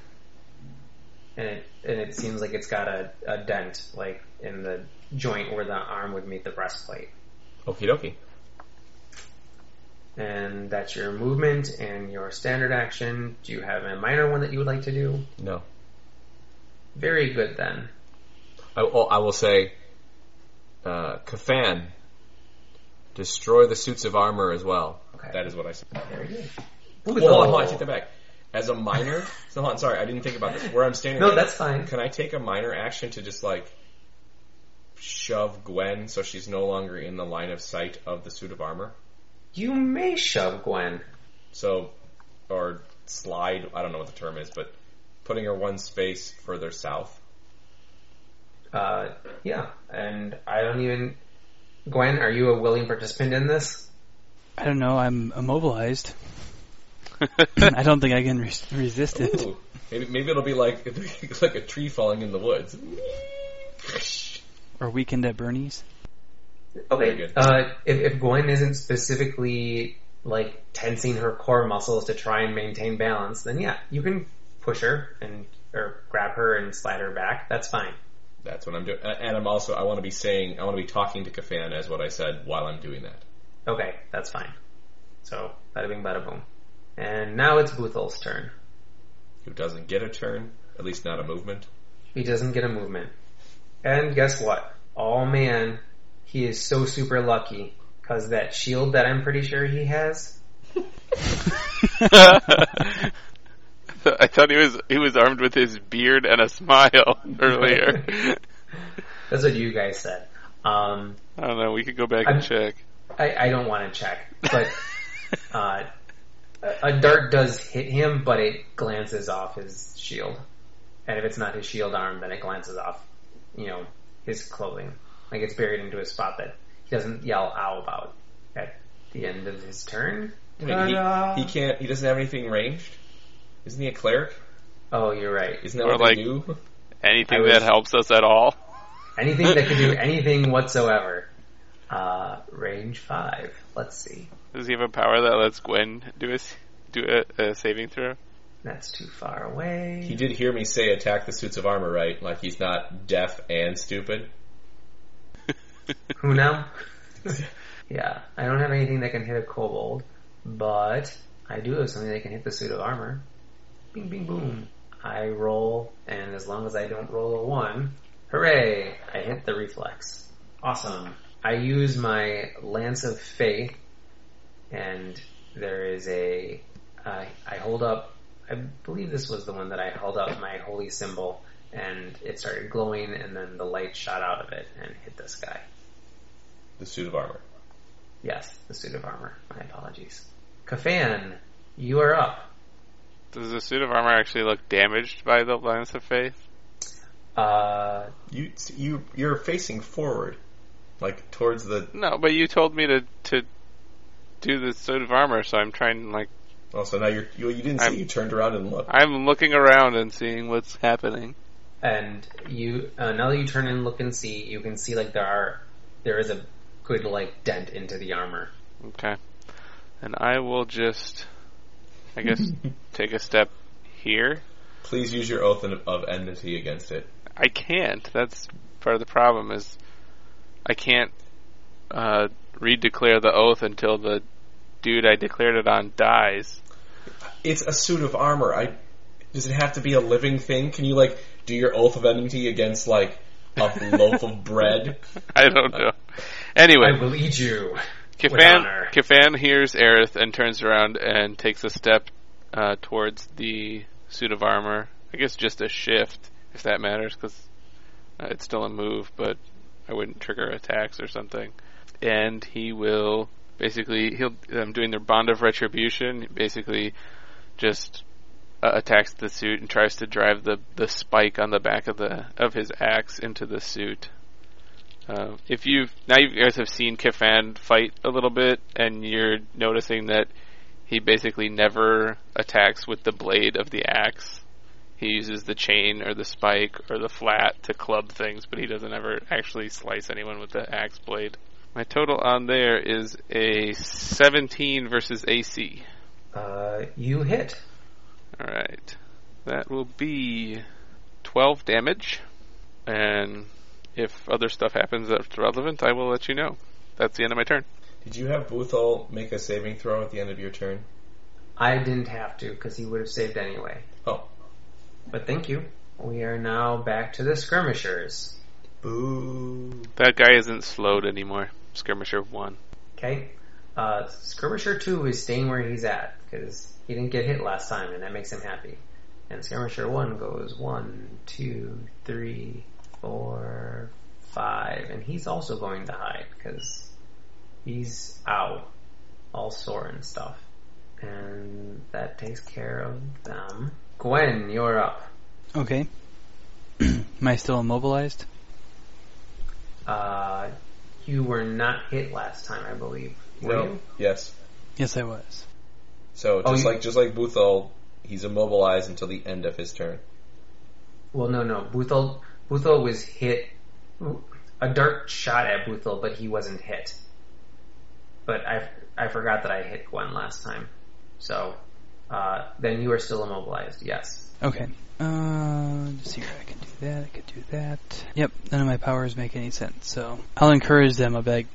A: and it and it seems like it's got a, a dent, like in the joint where the arm would meet the breastplate.
E: Okie dokie.
A: And that's your movement and your standard action. Do you have a minor one that you would like to do?
E: No.
A: Very good then.
E: I, oh, I will say, uh, Kafan, destroy the suits of armor as well.
A: Okay.
B: That is what I said.
A: Very good.
B: Well, hold on, hold on, I take that back. As a minor, so hold on, sorry, I didn't think about this. Where I'm standing
A: No,
B: right now,
A: that's fine.
B: Can I take a minor action to just like shove Gwen so she's no longer in the line of sight of the suit of armor?
A: You may shove Gwen.
B: So, or slide, I don't know what the term is, but putting her one space further south.
A: Uh, yeah, and I don't even. Gwen, are you a willing participant in this?
D: I don't know. I'm immobilized. I don't think I can res- resist it.
B: Ooh, maybe, maybe it'll be like it's like a tree falling in the woods.
D: Or weekend at Bernie's.
B: Very
A: Okay.
B: good.
A: Uh, if, if Gwen isn't specifically like tensing her core muscles to try and maintain balance, then yeah, you can push her and or grab her and slide her back. That's fine.
B: That's what I'm doing. Uh, and I'm also I want to be saying I want to be talking to Kafan as what I said while I'm doing that.
A: Okay, that's fine. So bada bing, bada boom. And now it's Boothel's turn.
B: Who doesn't get a turn? At least not a movement.
A: He doesn't get a movement. And guess what? Oh man, he is so super lucky because that shield that I'm pretty sure he has.
C: I thought he was he was armed with his beard and a smile earlier.
A: That's what you guys said. Um,
C: I don't know. We could go back and check.
A: I, I don't want to check, but uh, a- a dart does hit him, but it glances off his shield. And if it's not his shield arm, then it glances off, you know, his clothing. Like it's buried into a spot that he doesn't yell "ow" about at the end of his turn. Ta-da.
B: Wait, he, he can't. He doesn't have anything ranged. Isn't he a cleric?
A: Oh, you're right.
B: Isn't that
C: Or
B: what
C: like-
B: they do?
C: Anything
A: I was-
C: that helps us at all.
A: Anything that can do anything whatsoever. Uh, range five. Let's see.
C: Does he have a power that lets Gwen do a s- do a, a saving throw?
A: That's too far away.
B: He did hear me say attack the suits of armor, right? Like he's not deaf and stupid.
A: Who now? yeah, I don't have anything that can hit a kobold, but I do have something that can hit the suit of armor. Bing, bing, boom. I roll, and as long as I don't roll a one, hooray! I hit the reflex. Awesome. I use my lance of faith, and there is a. I I hold up. I believe this was the one that I held up my holy symbol, and it started glowing, and then the light shot out of it and hit this guy.
B: The suit of armor.
A: Yes, the suit of armor. My apologies. Kafan, you are up.
C: Does the suit of armor actually look damaged by the lines of faith?
A: Uh,
B: You you you're facing forward, like towards the.
C: No, but you told me to to do the suit of armor, so I'm trying like
B: Oh, so now you're you, you didn't
C: I'm-
B: see. You turned around and looked.
C: I'm looking around and seeing what's happening.
A: and you uh, now that you turn and look and see, you can see like there are there is a good like dent into the armor.
C: Okay. And I will just, I guess, take a step here.
B: Please use your oath of, of enmity against it.
C: I can't. That's part of the problem is I can't uh, redeclare the oath until the dude I declared it on dies.
B: It's a suit of armor. I does it have to be a living thing? Can you like do your oath of enmity against like a loaf of bread?
C: I don't know.
A: I
C: Anyway,
A: will eat you. honor.
C: Kafan, Kafan hears Aerith and turns around and takes a step uh, towards the suit of armor. I guess just a shift, if that matters, because uh, it's still a move, but I wouldn't trigger attacks or something. And he will basically he'll um, doing their bond of retribution. Basically, just uh, attacks the suit and tries to drive the the spike on the back of the of his axe into the suit. Uh, if you've now you guys have seen Kifan fight a little bit, and you're noticing that he basically never attacks with the blade of the axe. He uses the chain or the spike or the flat to club things, but he doesn't ever actually slice anyone with the axe blade. My total on there is a 17 versus AC.
A: Uh, you hit.
C: Alright. That will be 12 damage. And if other stuff happens that's relevant, I will let you know. That's the end of my turn.
B: Did you have Boothol make a saving throw at the end of your turn?
A: I didn't have to because he would have saved anyway.
B: Oh,
A: But thank you. We are now back to the skirmishers.
B: boo!
C: That guy isn't slowed anymore. Skirmisher 1.
A: Okay. Uh, Skirmisher 2 is staying where he's at because he didn't get hit last time and that makes him happy. And Skirmisher 1 goes one, two, three, four, five, and he's also going to hide because he's out, all sore and stuff. And that takes care of them. Gwen, you're up.
D: Okay. Am I still immobilized?
A: Uh, you were not hit last time, I believe. Were
B: No.
A: you?
B: Yes.
D: Yes, I was.
B: So
A: Oh,
B: just
A: you-
B: like just like Buthol, he's immobilized until the end of his turn.
A: Well, no, no. Buthel, Buthel was hit. A dart shot at Buthel, but he wasn't hit. But I, I forgot that I hit Gwen last time. So, uh, then you are still immobilized, yes.
D: Okay. Uh, let's see here. I can do that. I could do that. Yep. None of my powers make any sense. So I'll encourage them. I'll be like,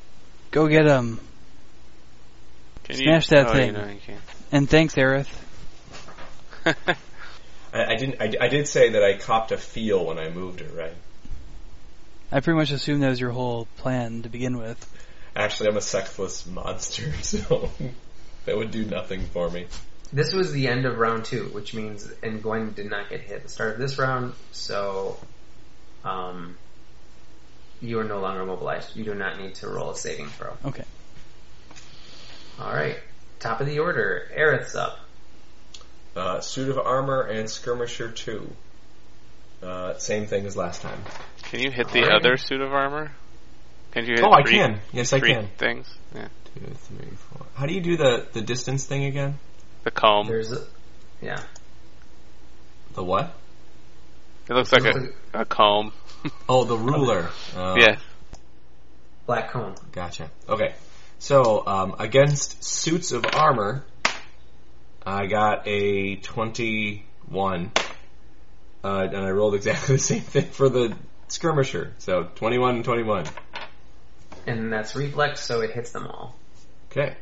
D: "Go get them!"
C: Can
D: Smash
C: you,
D: that
C: oh,
D: thing.
C: You know you can.
D: And thanks, Aerith.
B: I, I didn't. I, I did say that I copped a feel when I moved her, right?
D: I pretty much assumed that was your whole plan to begin with.
B: Actually, I'm a sexless monster, so that would do nothing for me.
A: This was the end of round two, which means, and Gwen did not get hit at the start of this round, so, um, you are no longer immobilized. You do not need to roll a saving throw.
D: Okay.
A: Alright. Top of the order. Aerith's up.
B: Uh, suit of armor and skirmisher two. Uh, same thing as last time.
C: Can you hit the
A: Alright.
C: other suit of armor? Can you hit
E: Oh, I
C: three,
E: can. Yes, I
C: three
E: can.
C: things? Yeah.
E: Two, three, four. How do you do the the distance thing again?
C: The comb.
A: There's a, yeah.
E: The what?
C: It looks like a, a comb.
E: Oh, the ruler. Uh,
C: Yeah.
A: Black cone.
E: Gotcha. Okay. So, um, against suits of armor, I got a 21. Uh, and I rolled exactly the same thing for the skirmisher. So, 21 and 21.
A: And that's reflex, so it hits them all.
E: Okay.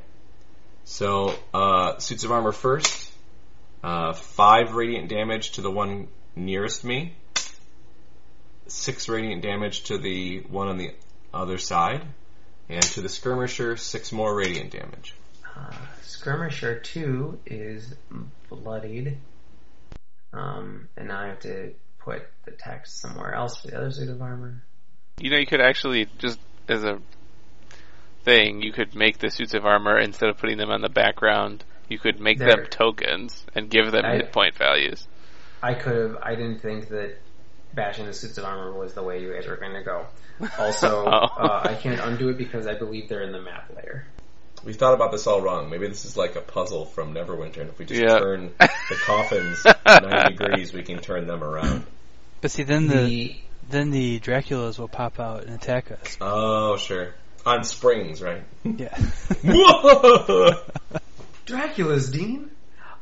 E: So, uh, suits of armor first. Uh, 5 radiant damage to the one nearest me. 6 radiant damage to the one on the other side. And to the skirmisher, 6 more radiant damage.
A: Uh, skirmisher 2 is bloodied. Um, and now I have to put the text somewhere else for the other suit of armor.
C: You know, you could actually just as a thing, you could make the suits of armor instead of putting them on the background. You could make
A: There.
C: them tokens and give them
A: I-
C: hit point values.
A: I could have, I didn't think that bashing the suits of armor was the way you guys were going to go. Also,
C: Oh.
A: uh, I can't undo it because I believe they're in the map layer.
B: We thought about this all wrong. Maybe this is like a puzzle from Neverwinter, and if we just
C: Yeah.
B: turn the coffins 90 degrees, we can turn them around.
D: But see, then the,
A: The,
D: then the Draculas will pop out and attack us.
B: Oh, sure. On springs, right?
D: Yeah.
B: Whoa!
A: Dracula's Dean.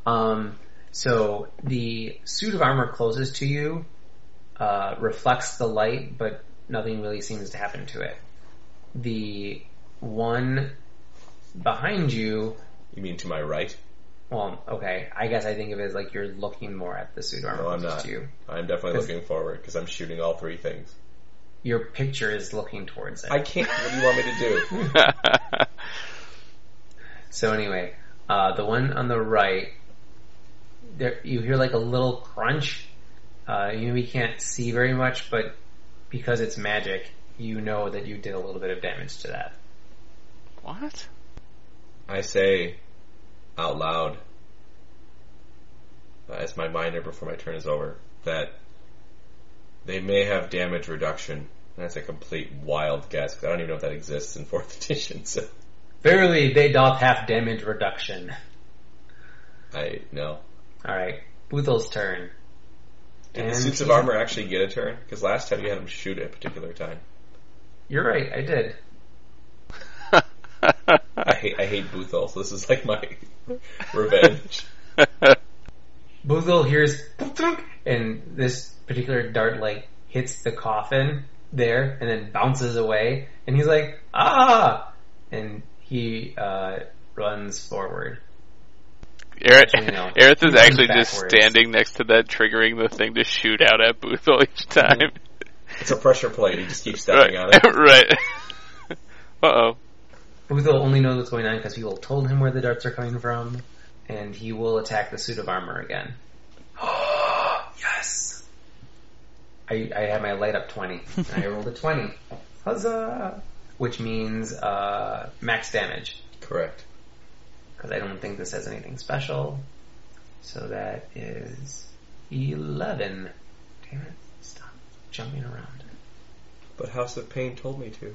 A: Um, so the suit of armor closest to you uh, reflects the light, but nothing really seems to happen to it. The one behind you,
B: You mean to my right?
A: well, okay, I guess I think of it as like you're looking more at the suit of armor
B: No, I'm
A: closest
B: not.
A: to you.
B: I'm definitely
A: Is-
B: looking forward because I'm shooting all three things.
A: Your picture is looking towards it.
B: I can't. What do you want me to do?
A: So anyway, uh, the one on the right, there you hear like a little crunch. Uh, you know, we can't see very much, but because it's magic, you know that you did a little bit of damage to that.
C: What?
B: I say out loud uh, as my minor before my turn is over that they may have damage reduction. And that's a complete wild guess because I don't even know if that exists in fourth edition. So
A: Verily, they doth have damage reduction.
B: I no.
A: All right, Boothel's turn.
B: Did
A: And
B: the suits of
A: he's-
B: armor actually get a turn? Because last time you had them shoot at a particular time.
A: You're right, I did.
B: I hate I hate Boothol, so this is like my revenge.
A: Boothel hears "Thunk," and this particular dart like hits the coffin there and then bounces away and he's like ah and he uh, runs forward.
C: Erith,
A: Actually, no.
C: Erith
A: He
C: is
A: runs
C: actually just
A: backwards.
C: standing next to that, triggering the thing to shoot out at Boothel each
A: Mm-hmm.
C: time.
B: It's a pressure plate. You just keep
C: right.
B: stepping on it.
C: right. uh oh.
A: Boothel only knows what's going on because people told him where the darts are coming from and he will attack the suit of armor again. yes. I, I had my light up 20. and I rolled a 20. Huzzah! Which means uh, max damage.
B: Correct.
A: Because I don't think this has anything special. So that is 11. Damn it. Stop jumping around.
B: But House of Pain told me to.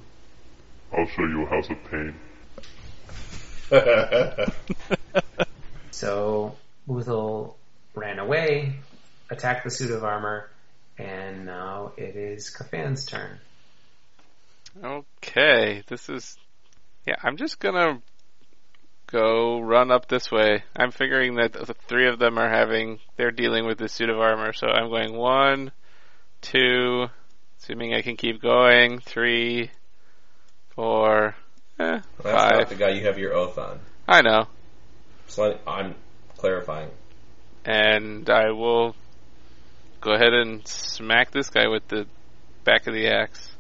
F: I'll show you a house of pain.
A: So Uthul ran away, attacked the suit of armor, and now it is Kafan's turn.
C: Okay, this is. Yeah, I'm just gonna go run up this way. I'm figuring that the three of them are having. They're dealing with this suit of armor, so I'm going one, two, assuming I can keep going, three, four, eh,
B: Well, That's
C: five.
B: not the guy you have your oath on.
C: I know.
B: So I, I'm clarifying.
C: and I will go ahead and smack this guy with the back of the axe.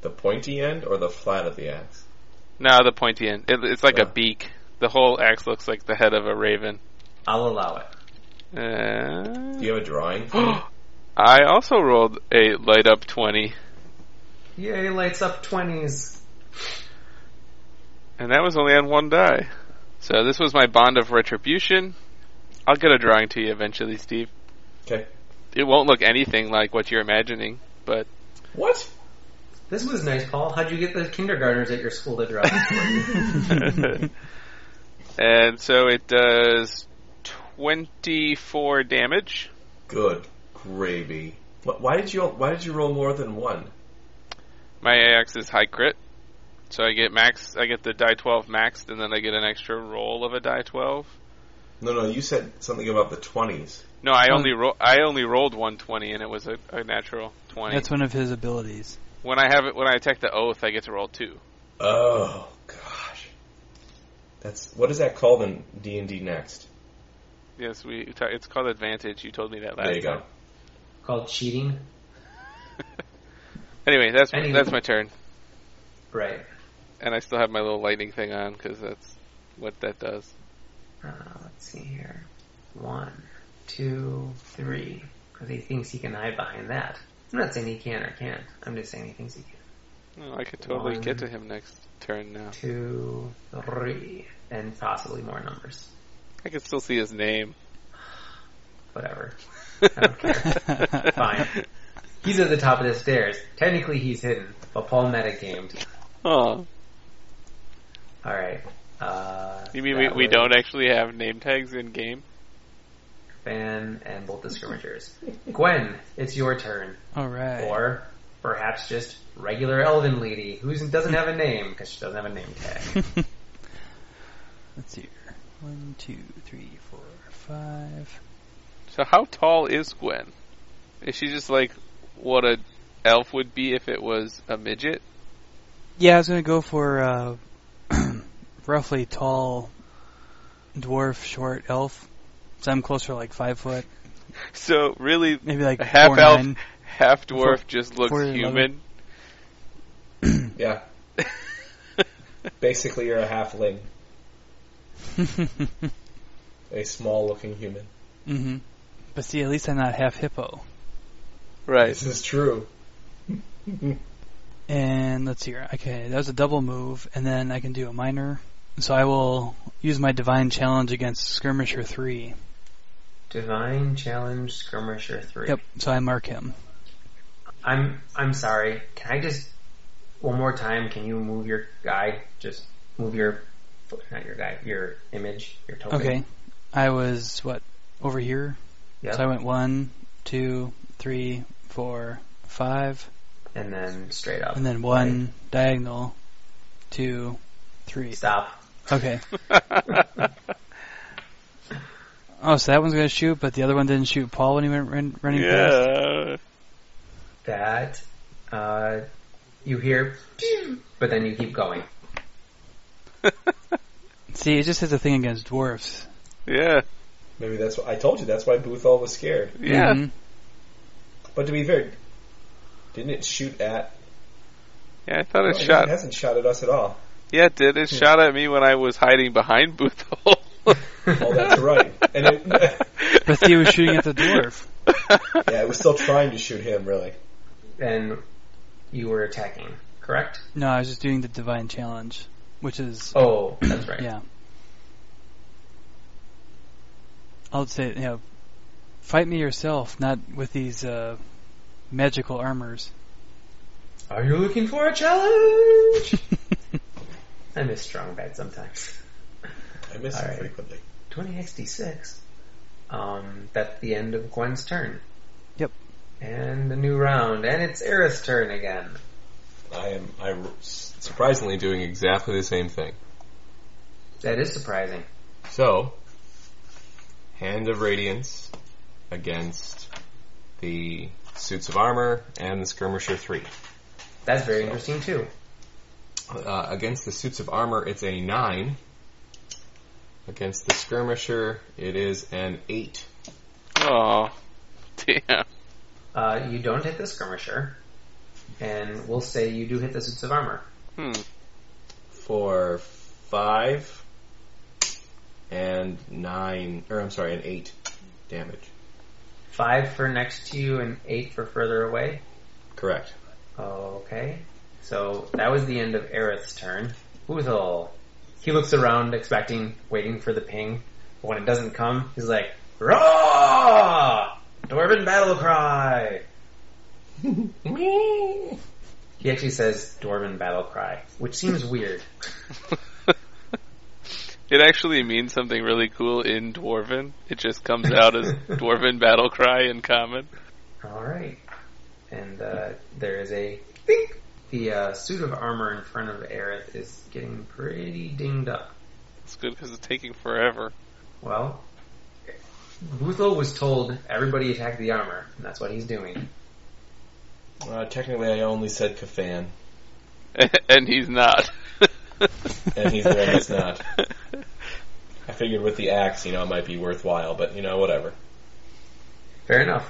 B: The pointy end or the flat of the axe?
C: No, the pointy end. It, it's like
B: Yeah.
C: a beak. The whole axe looks like the head of a raven.
A: I'll allow it.
C: Uh,
B: Do you have a drawing?
C: I also rolled a light up 20,
A: Yay, lights up 20s.
C: and that was only on one die. So this was my bond of retribution. I'll get a drawing to you eventually, Steve.
B: okay.
C: It won't look anything like what you're imagining, but
B: What?
A: This was nice, Paul. How'd you get the kindergartners at your school to draw? this for you?
C: and so it does 24 damage.
B: Good gravy. Wh- Why did you Why did you roll more than one?
C: My AX is high crit. So I get max I get the die 12 maxed and then I get an extra roll of a die 12.
B: No, no, you said something about the twenties.
C: No, I only ro- I only rolled 120 and it was a, a natural 20.
D: That's one of his abilities.
C: when I have it when I attack the oath I get to roll 2.
B: Oh gosh, that's what is that called in D and D next?
C: Yes, we ta- it's called advantage. You told me that last
B: There you
C: time.
B: go.
A: Called cheating?
C: Anyway, that's
A: Anyway.
C: that's my turn
A: Right.
C: and I still have my little lightning thing on cuz that's what that does.
A: Uh, let's see here. One, two, three. Because he thinks he can hide behind that. I'm not saying he can or can't. I'm just saying he thinks he can.
C: Oh, I could totally
A: One.
C: get to him next turn now.
A: Two, three, and possibly more numbers.
C: I can still see his name.
A: Whatever. I don't care. Fine. He's at the top of the stairs. Technically, he's hidden, but Paul metagamed.
C: Oh,
A: All right. Uh,
C: you mean we,
A: that
C: we
A: was
C: don't actually have name tags in game?
A: Fan and both the skirmishers. Gwen, it's your turn,
D: All right.
A: or perhaps just regular elven lady who doesn't have a name because she doesn't have a name tag.
D: Let's see here. One, two, three, four, five.
C: So how tall is Gwen? Is she just like what a elf would be if it was a midget?
D: Yeah, I was gonna go for uh, roughly tall dwarf, short elf. So I'm closer to like five foot,
C: So really,
D: maybe like
C: a half
D: four
C: elf,
D: nine.
C: half dwarf
D: Four-
C: just looks
D: four eleven.
C: human.
B: Yeah. Basically, you're a halfling, a small-looking human.
D: hmm But see, at least I'm not half hippo.
C: Right.
B: This is true.
D: And let's see here. Okay, that was a double move, and then I can do a minor. So I will use my divine challenge against skirmisher three.
A: Divine challenge skirmisher three.
D: Yep. So I mark him.
A: I'm I'm sorry. Can I just one more time? Can you move your guy? Just move your not your guy, your image, your token.
D: Okay. I was what over here.
A: Yep.
D: So I went one, two, three, four, five,
A: and then straight up.
D: and then one diagonal, two, three.
A: Stop.
D: Okay. oh, so that one's gonna shoot, but the other one didn't shoot Paul when he went run, running past.
C: Yeah.
A: That uh, you hear, but then you keep going.
D: See, it just has a thing against dwarfs.
C: Yeah.
B: Maybe that's why I told you. That's why Boothall was scared.
C: Yeah.
B: Mm-hmm.
D: Mhm.
B: But to be fair, didn't it shoot at?
C: Yeah, I thought it
B: No,
C: shot.
B: It hasn't shot at us at all.
C: Yeah, it did. It shot at me when I was hiding behind Boothole.
B: Oh, that's right. And it,
D: But see, he was shooting at the dwarf.
B: Yeah, it was still trying to shoot him, really.
A: and you were attacking, correct?
D: No, I was just doing the divine challenge, which is
A: Oh, that's right.
D: yeah. I'll say you know, fight me yourself, not with these uh, magical armors.
A: Are you looking for a challenge? I miss strong bad sometimes.
B: I miss
A: All
B: him
A: right.
B: frequently.
A: 20xd6. Um, that's the end of Gwen's turn.
D: Yep.
A: And a new round, and it's Aerith's turn again.
E: I am I'm surprisingly doing exactly the same thing.
A: That is surprising.
E: So, Hand of Radiance against the Suits of Armor and the Skirmisher 3.
A: That's very interesting too.
E: Uh, against the Suits of Armor, it's a 9. Against the Skirmisher, it is an 8.
C: Oh, damn.
A: Uh, you don't hit the skirmisher, and we'll say you do hit the suits of armor.
C: Hmm.
E: For 5 and 9, or I'm sorry, an 8 damage.
A: Five for next to you, and eight for further away.
E: Correct.
A: Okay. So that was the end of Aerith's turn. Uthal. He looks around expecting, waiting for the ping. But when it doesn't come, he's like, Raw! Dwarven battle cry! He actually says Dwarven battle cry, which seems weird.
C: It actually means something really cool in Dwarven. It just comes out as Dwarven battle cry in common.
A: Alright. And uh, there is a think the uh, suit of armor in front of Aerith is getting pretty dinged up.
C: It's good because it's taking forever.
A: Well, Uthal was told everybody attack the armor, and that's what he's doing.
B: Uh, technically, I only said Kafan,
C: and he's not.
B: and he's the one that's not. I figured with the axe, you know, it might be worthwhile, but you know, whatever.
A: Fair enough.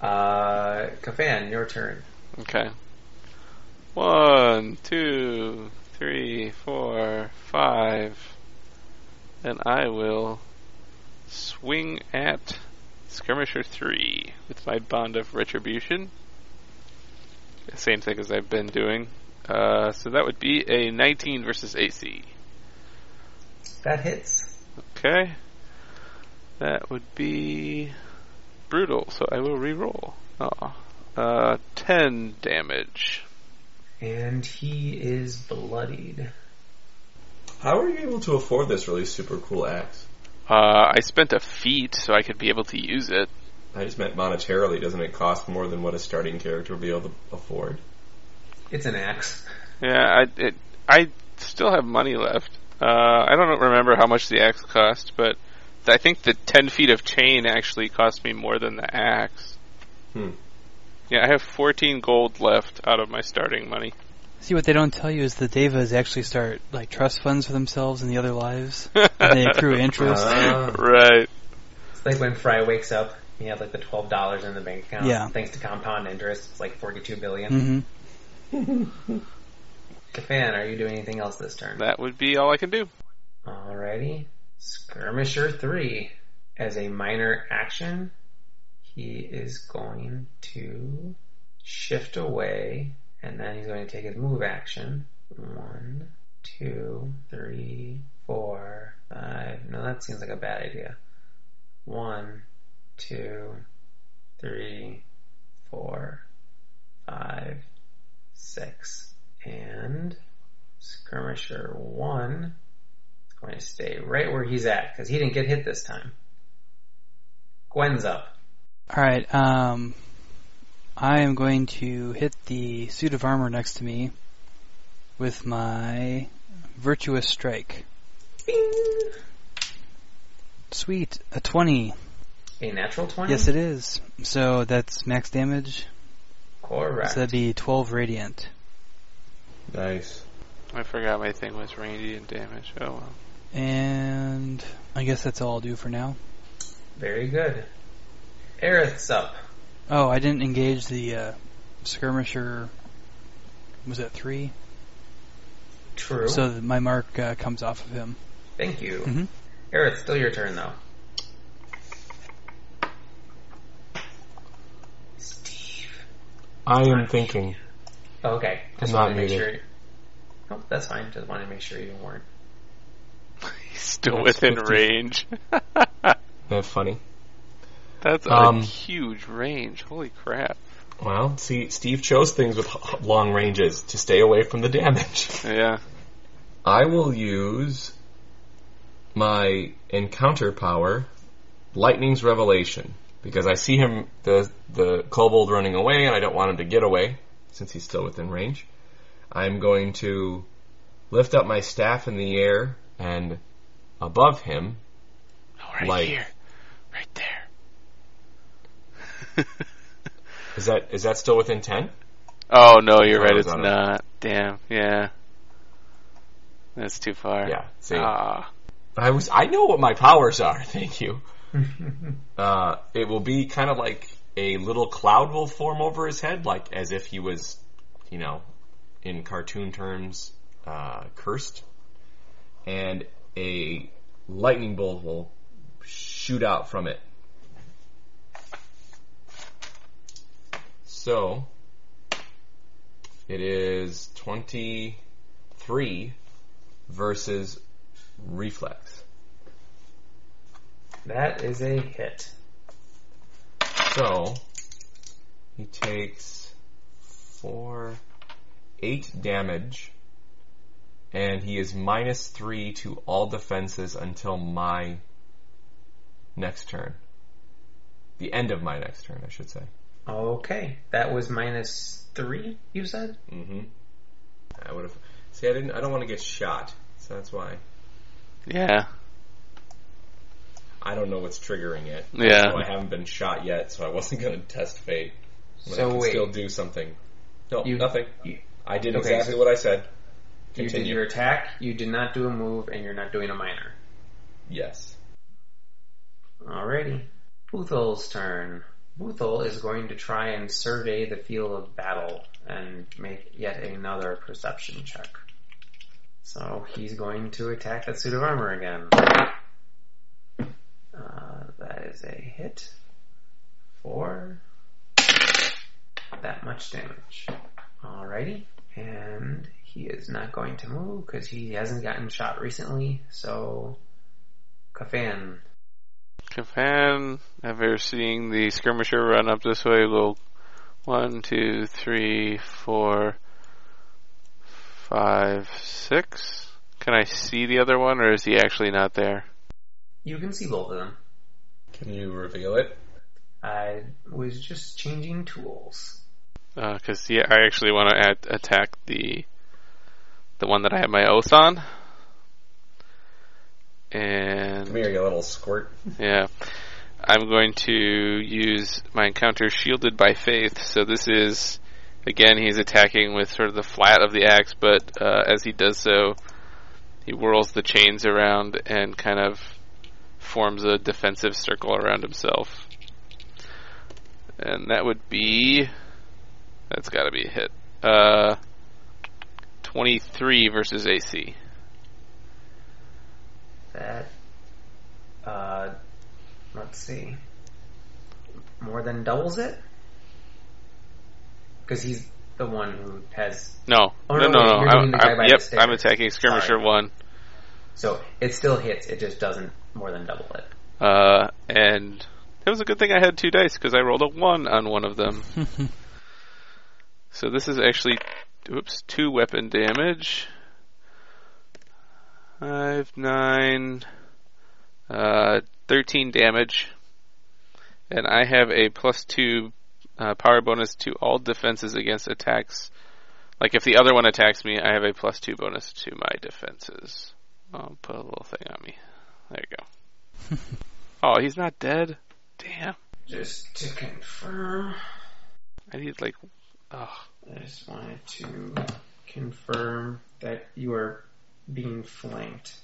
A: Uh, Kafan, your turn.
C: Okay. One, two, three, four, five. And I will swing at Skirmisher 3 with my Bond of Retribution. Same thing as I've been doing. Uh, so that would be a 19 versus AC.
A: That hits.
C: Okay. That would be brutal, so I will reroll. Oh. Uh, 10 damage.
A: And he is bloodied.
B: How are you able to afford this really super cool axe?
C: Uh, I spent a feat so I could be able to use it.
B: I just meant monetarily. Doesn't it cost more than what a starting character would be able to afford?
A: It's an axe.
C: Yeah, I it, I still have money left. Uh, I don't remember how much the axe cost, but I think the ten feet of chain actually cost me more than the axe.
B: Hmm.
C: Yeah, I have fourteen gold left out of my starting money.
D: See what they don't tell you is the devas actually start like trust funds for themselves and the other lives, and they accrue interest.
C: Uh,
B: Ah.
C: Right.
A: It's like when Fry wakes up, he had like the twelve dollars in the bank account.
D: Yeah.
A: Thanks to compound interest, it's like forty-two billion.
D: hmm
A: Kafan, are you doing anything else this turn?
C: That would be all I can do.
A: Alrighty. Skirmisher 3. As a minor action, he is going to shift away, and then he's going to take his move action. One, two, three, four, five. No, that seems like a bad idea. One, two, three, four, five, six. And Skirmisher 1 going to stay right where he's at because he didn't get hit this time. Gwen's up.
D: All right. Um, I am going to hit the suit of armor next to me with my virtuous strike. Sweet, a twenty.
A: A natural 20?
D: Yes, it is. So that's max damage.
A: Correct.
D: So that'd be twelve radiant.
B: Nice.
C: I forgot my thing was rangy and damage. Oh well.
D: And I guess that's all I'll do for now.
A: Very good. Aerith's up.
D: Oh, I didn't engage the uh, skirmisher. Was that three?
A: True.
D: So that my mark uh, comes off of him.
A: Thank you.
D: Mhm.
A: Aerith, still your turn though.
B: I am thinking.
A: Oh, okay. Just
B: I'm not
A: wanted to make
B: muted.
A: sure. Nope, that's fine. Just wanted to make sure you weren't.
C: He's still
B: That's
C: within
B: 50.
C: range.
B: That's funny.
C: That's
B: Um,
C: a huge range. Holy crap.
B: Well, see, Steve chose things with h- h- long ranges to stay away from the damage.
C: Yeah.
B: I will use my encounter power, Lightning's Revelation, because I see him the the kobold running away, and I don't want him to get away since he's still within range. I'm going to lift up my staff in the air and above him,
C: Oh, right
B: Like-
C: here. Right there.
B: is that is that still within ten?
C: oh, no, you're
B: Oh,
C: right.
B: is
C: It's
B: that a-
C: not. Damn. Yeah. That's too far.
B: Yeah. See,
C: Ah.
B: I was I know what my powers are. Thank you. uh, it will be kind of like a little cloud will form over his head, like as if he was, you know, in cartoon terms, uh, cursed. And a lightning bolt will shoot out from it. So, it is 23 versus reflex.
A: That is a hit.
B: So he takes four, eight damage, and he is minus three to all defenses until my next turn. The end of my next turn, I should say.
A: Okay, that was minus three. You said.
B: Mm-hmm. I would have. See, I didn't. I don't want to get shot, so that's why
C: yeah.
B: I don't know what's triggering it.
C: Yeah.
A: Uh-huh.
B: So I haven't been shot yet, so I wasn't going to test fate. But I
A: So
B: can
A: wait,
B: still do something. No,
A: You-
B: nothing.
A: you-
B: I did
A: Okay.
B: exactly what I said.
A: you did
B: Continue.
A: your attack. You did not do a move, and you're not doing a minor.
B: Yes.
A: Alrighty. Buthol's turn. Buthol is going to try and survey the field of battle and make yet another perception check. So he's going to attack that suit of armor again. Uh, that is a hit for that much damage. Alrighty. And he is not going to move because he hasn't gotten shot recently, so Kafan,
C: Kafan, after seeing the skirmisher run up this way, will one, two, three, four, five, six. Can I see the other one, or is he actually not there?
A: You can see both of them.
B: Can you reveal it?
A: I was just changing tools.
C: Because Uh, yeah, I actually want to attack the the one that I have my oath on. And
B: Come here, you little squirt.
C: Yeah. I'm going to use my encounter shielded by faith. So this is again he's attacking with sort of the flat of the axe, but uh, as he does so, he whirls the chains around and kind of forms a defensive circle around himself. And that would be that's got to be a hit. Uh 23 versus AC.
A: That, uh, let's see, more than doubles it because he's the one who has.
C: No.
A: Oh, no,
C: no, no,
A: wait,
C: no.
A: you're
C: I'm,
A: doing the guy
C: I'm-
A: by the
C: yep, I'm
A: stairs.
C: attacking skirmisher
A: Sorry.
C: 1.
A: So it still hits. It just doesn't more than double it.
C: Uh, and it was a good thing I had two dice because I rolled a one on one of them. so this is actually, oops, two weapon damage. Five, nine, uh, thirteen damage, and I have a plus two uh, power bonus to all defenses against attacks. Like if the other one attacks me, I have a plus two bonus to my defenses. I'll put a little thing on me. There you go. Oh, he's not dead. Damn.
A: Just to confirm,
C: I need like. Oh,
A: I just wanted to confirm that you are being flanked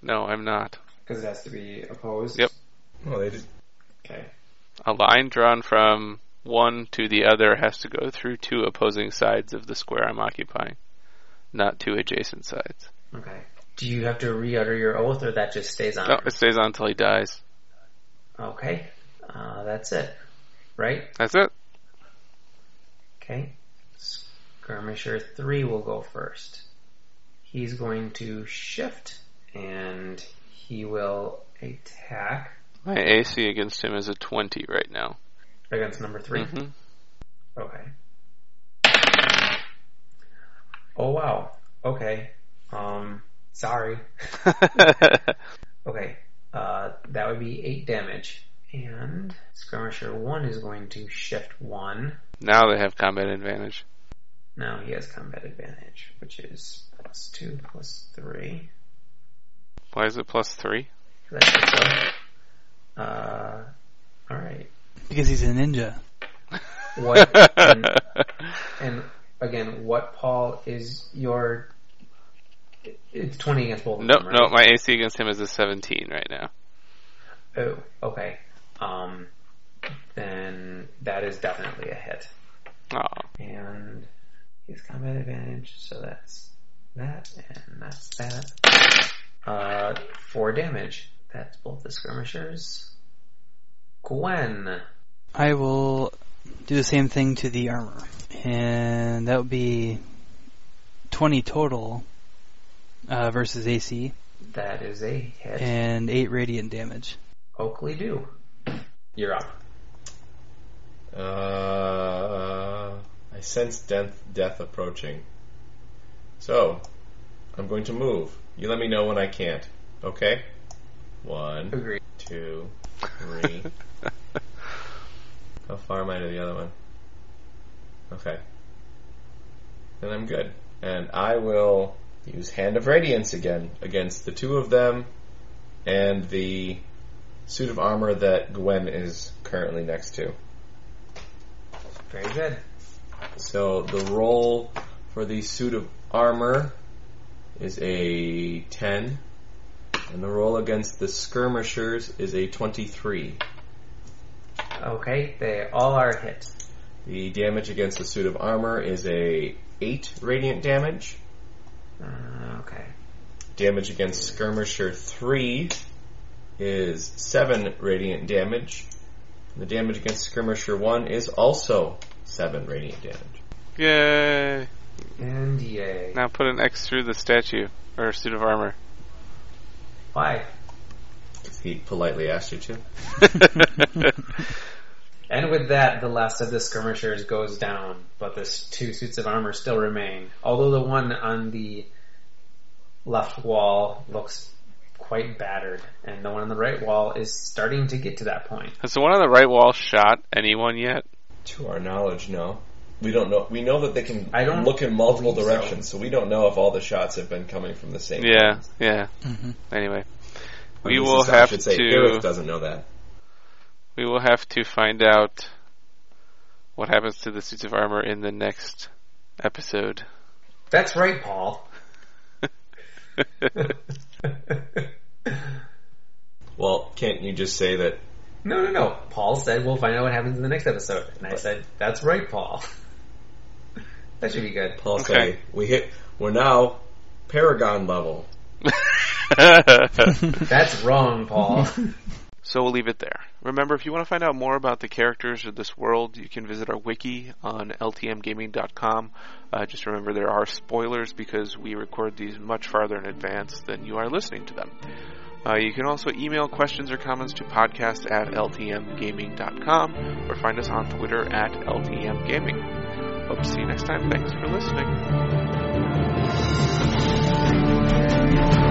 C: no, I'm not.
A: because it has to be opposed.
C: Yep.
B: Well, Oh, they just,
A: Okay.
C: A line drawn from one to the other has to go through two opposing sides of the square I'm occupying, not two adjacent sides.
A: Okay. Do you have to re-utter your oath, or that just stays on?
C: No, it stays on until he dies.
A: Okay, uh, that's it, right?
C: That's it.
A: Okay. Skirmisher 3 will go first. He's going to shift and he will attack
C: My AC against him is a 20 right now.
A: against number 3.
C: Mhm.
A: Okay. Oh wow. Okay. Um sorry. Okay. Uh that would be 8 damage. And Skirmisher 1 is going to shift 1.
C: now they have combat advantage.
A: Now he has combat advantage, which is plus 2 plus 3.
C: Why is it plus three?
A: That's the club. Uh, all right.
D: because he's a ninja.
A: What and, and again, what Paul is your? It's twenty against both. of
C: no,
A: them, right?
C: no, my AC against him is a 17 right now.
A: Oh, okay. Um, then that is definitely a hit,
C: Oh,
A: and he's combat advantage, so that's that, and that's that. Uh, four damage. That's both the skirmishers. Gwen.
D: I will do the same thing to the armor, and that would be 20 total uh, versus AC
A: That is a hit.
D: and 8 radiant damage.
A: Oakley do. You're up.
B: Uh, I sense death, death approaching. So, I'm going to move. You let me know when I can't. Okay? One,
A: Agreed.
B: two, three. How far am I to the other one? Okay. Then I'm good. And I will use Hand of Radiance again against the two of them and the suit of armor that Gwen is currently next to.
A: Very good.
B: So the roll for the suit of armor is a 10, and the roll against the skirmishers is a 23.
A: Okay, they all are hit.
B: The damage against the suit of armor is a 8 radiant damage.
A: Uh, okay.
B: Damage against skirmisher 3 is 7 radiant damage. The damage against skirmisher 1 is also 7 radiant damage.
C: yay!
A: And yay.
C: Now put an X through the statue or suit of armor.
A: Why?
B: He politely asked you to.
A: And with that, the last of the skirmishers goes down, but the s- two suits of armor still remain. Although the one on the left wall looks quite battered, and the one on the right wall is starting to get to that point.
C: Has the one on the right wall shot anyone yet?
B: To our knowledge, no. We don't know. We know that they can
A: I don't
B: look in multiple
A: believe
B: directions, so. we don't know if all the shots have been coming from the same.
C: Yeah, yeah.
D: Mhm.
C: Anyway,
B: Or
C: we
B: at least
C: will
B: I
C: have
B: should say,
C: to-
B: Aerith doesn't know that.
C: we will have to find out what happens to the suits of armor in the next episode.
A: That's right, Paul.
B: Well, can't you just say that?
A: No, no, no. Paul said we'll find out what happens in the next episode. And I said, that's right, Paul. that should be good.
B: Paul
C: Okay.
B: say we hit. We're now Paragon level.
A: That's wrong, Paul.
C: So we'll leave it there. Remember, if you want to find out more about the characters of this world, you can visit our wiki on ltmgaming.com. Uh, just remember there are spoilers because we record these much farther in advance than you are listening to them. Uh, you can also email questions or comments to podcast at ltmgaming.com or find us on Twitter at ltmgaming. Hope to see you next time. Thanks for listening.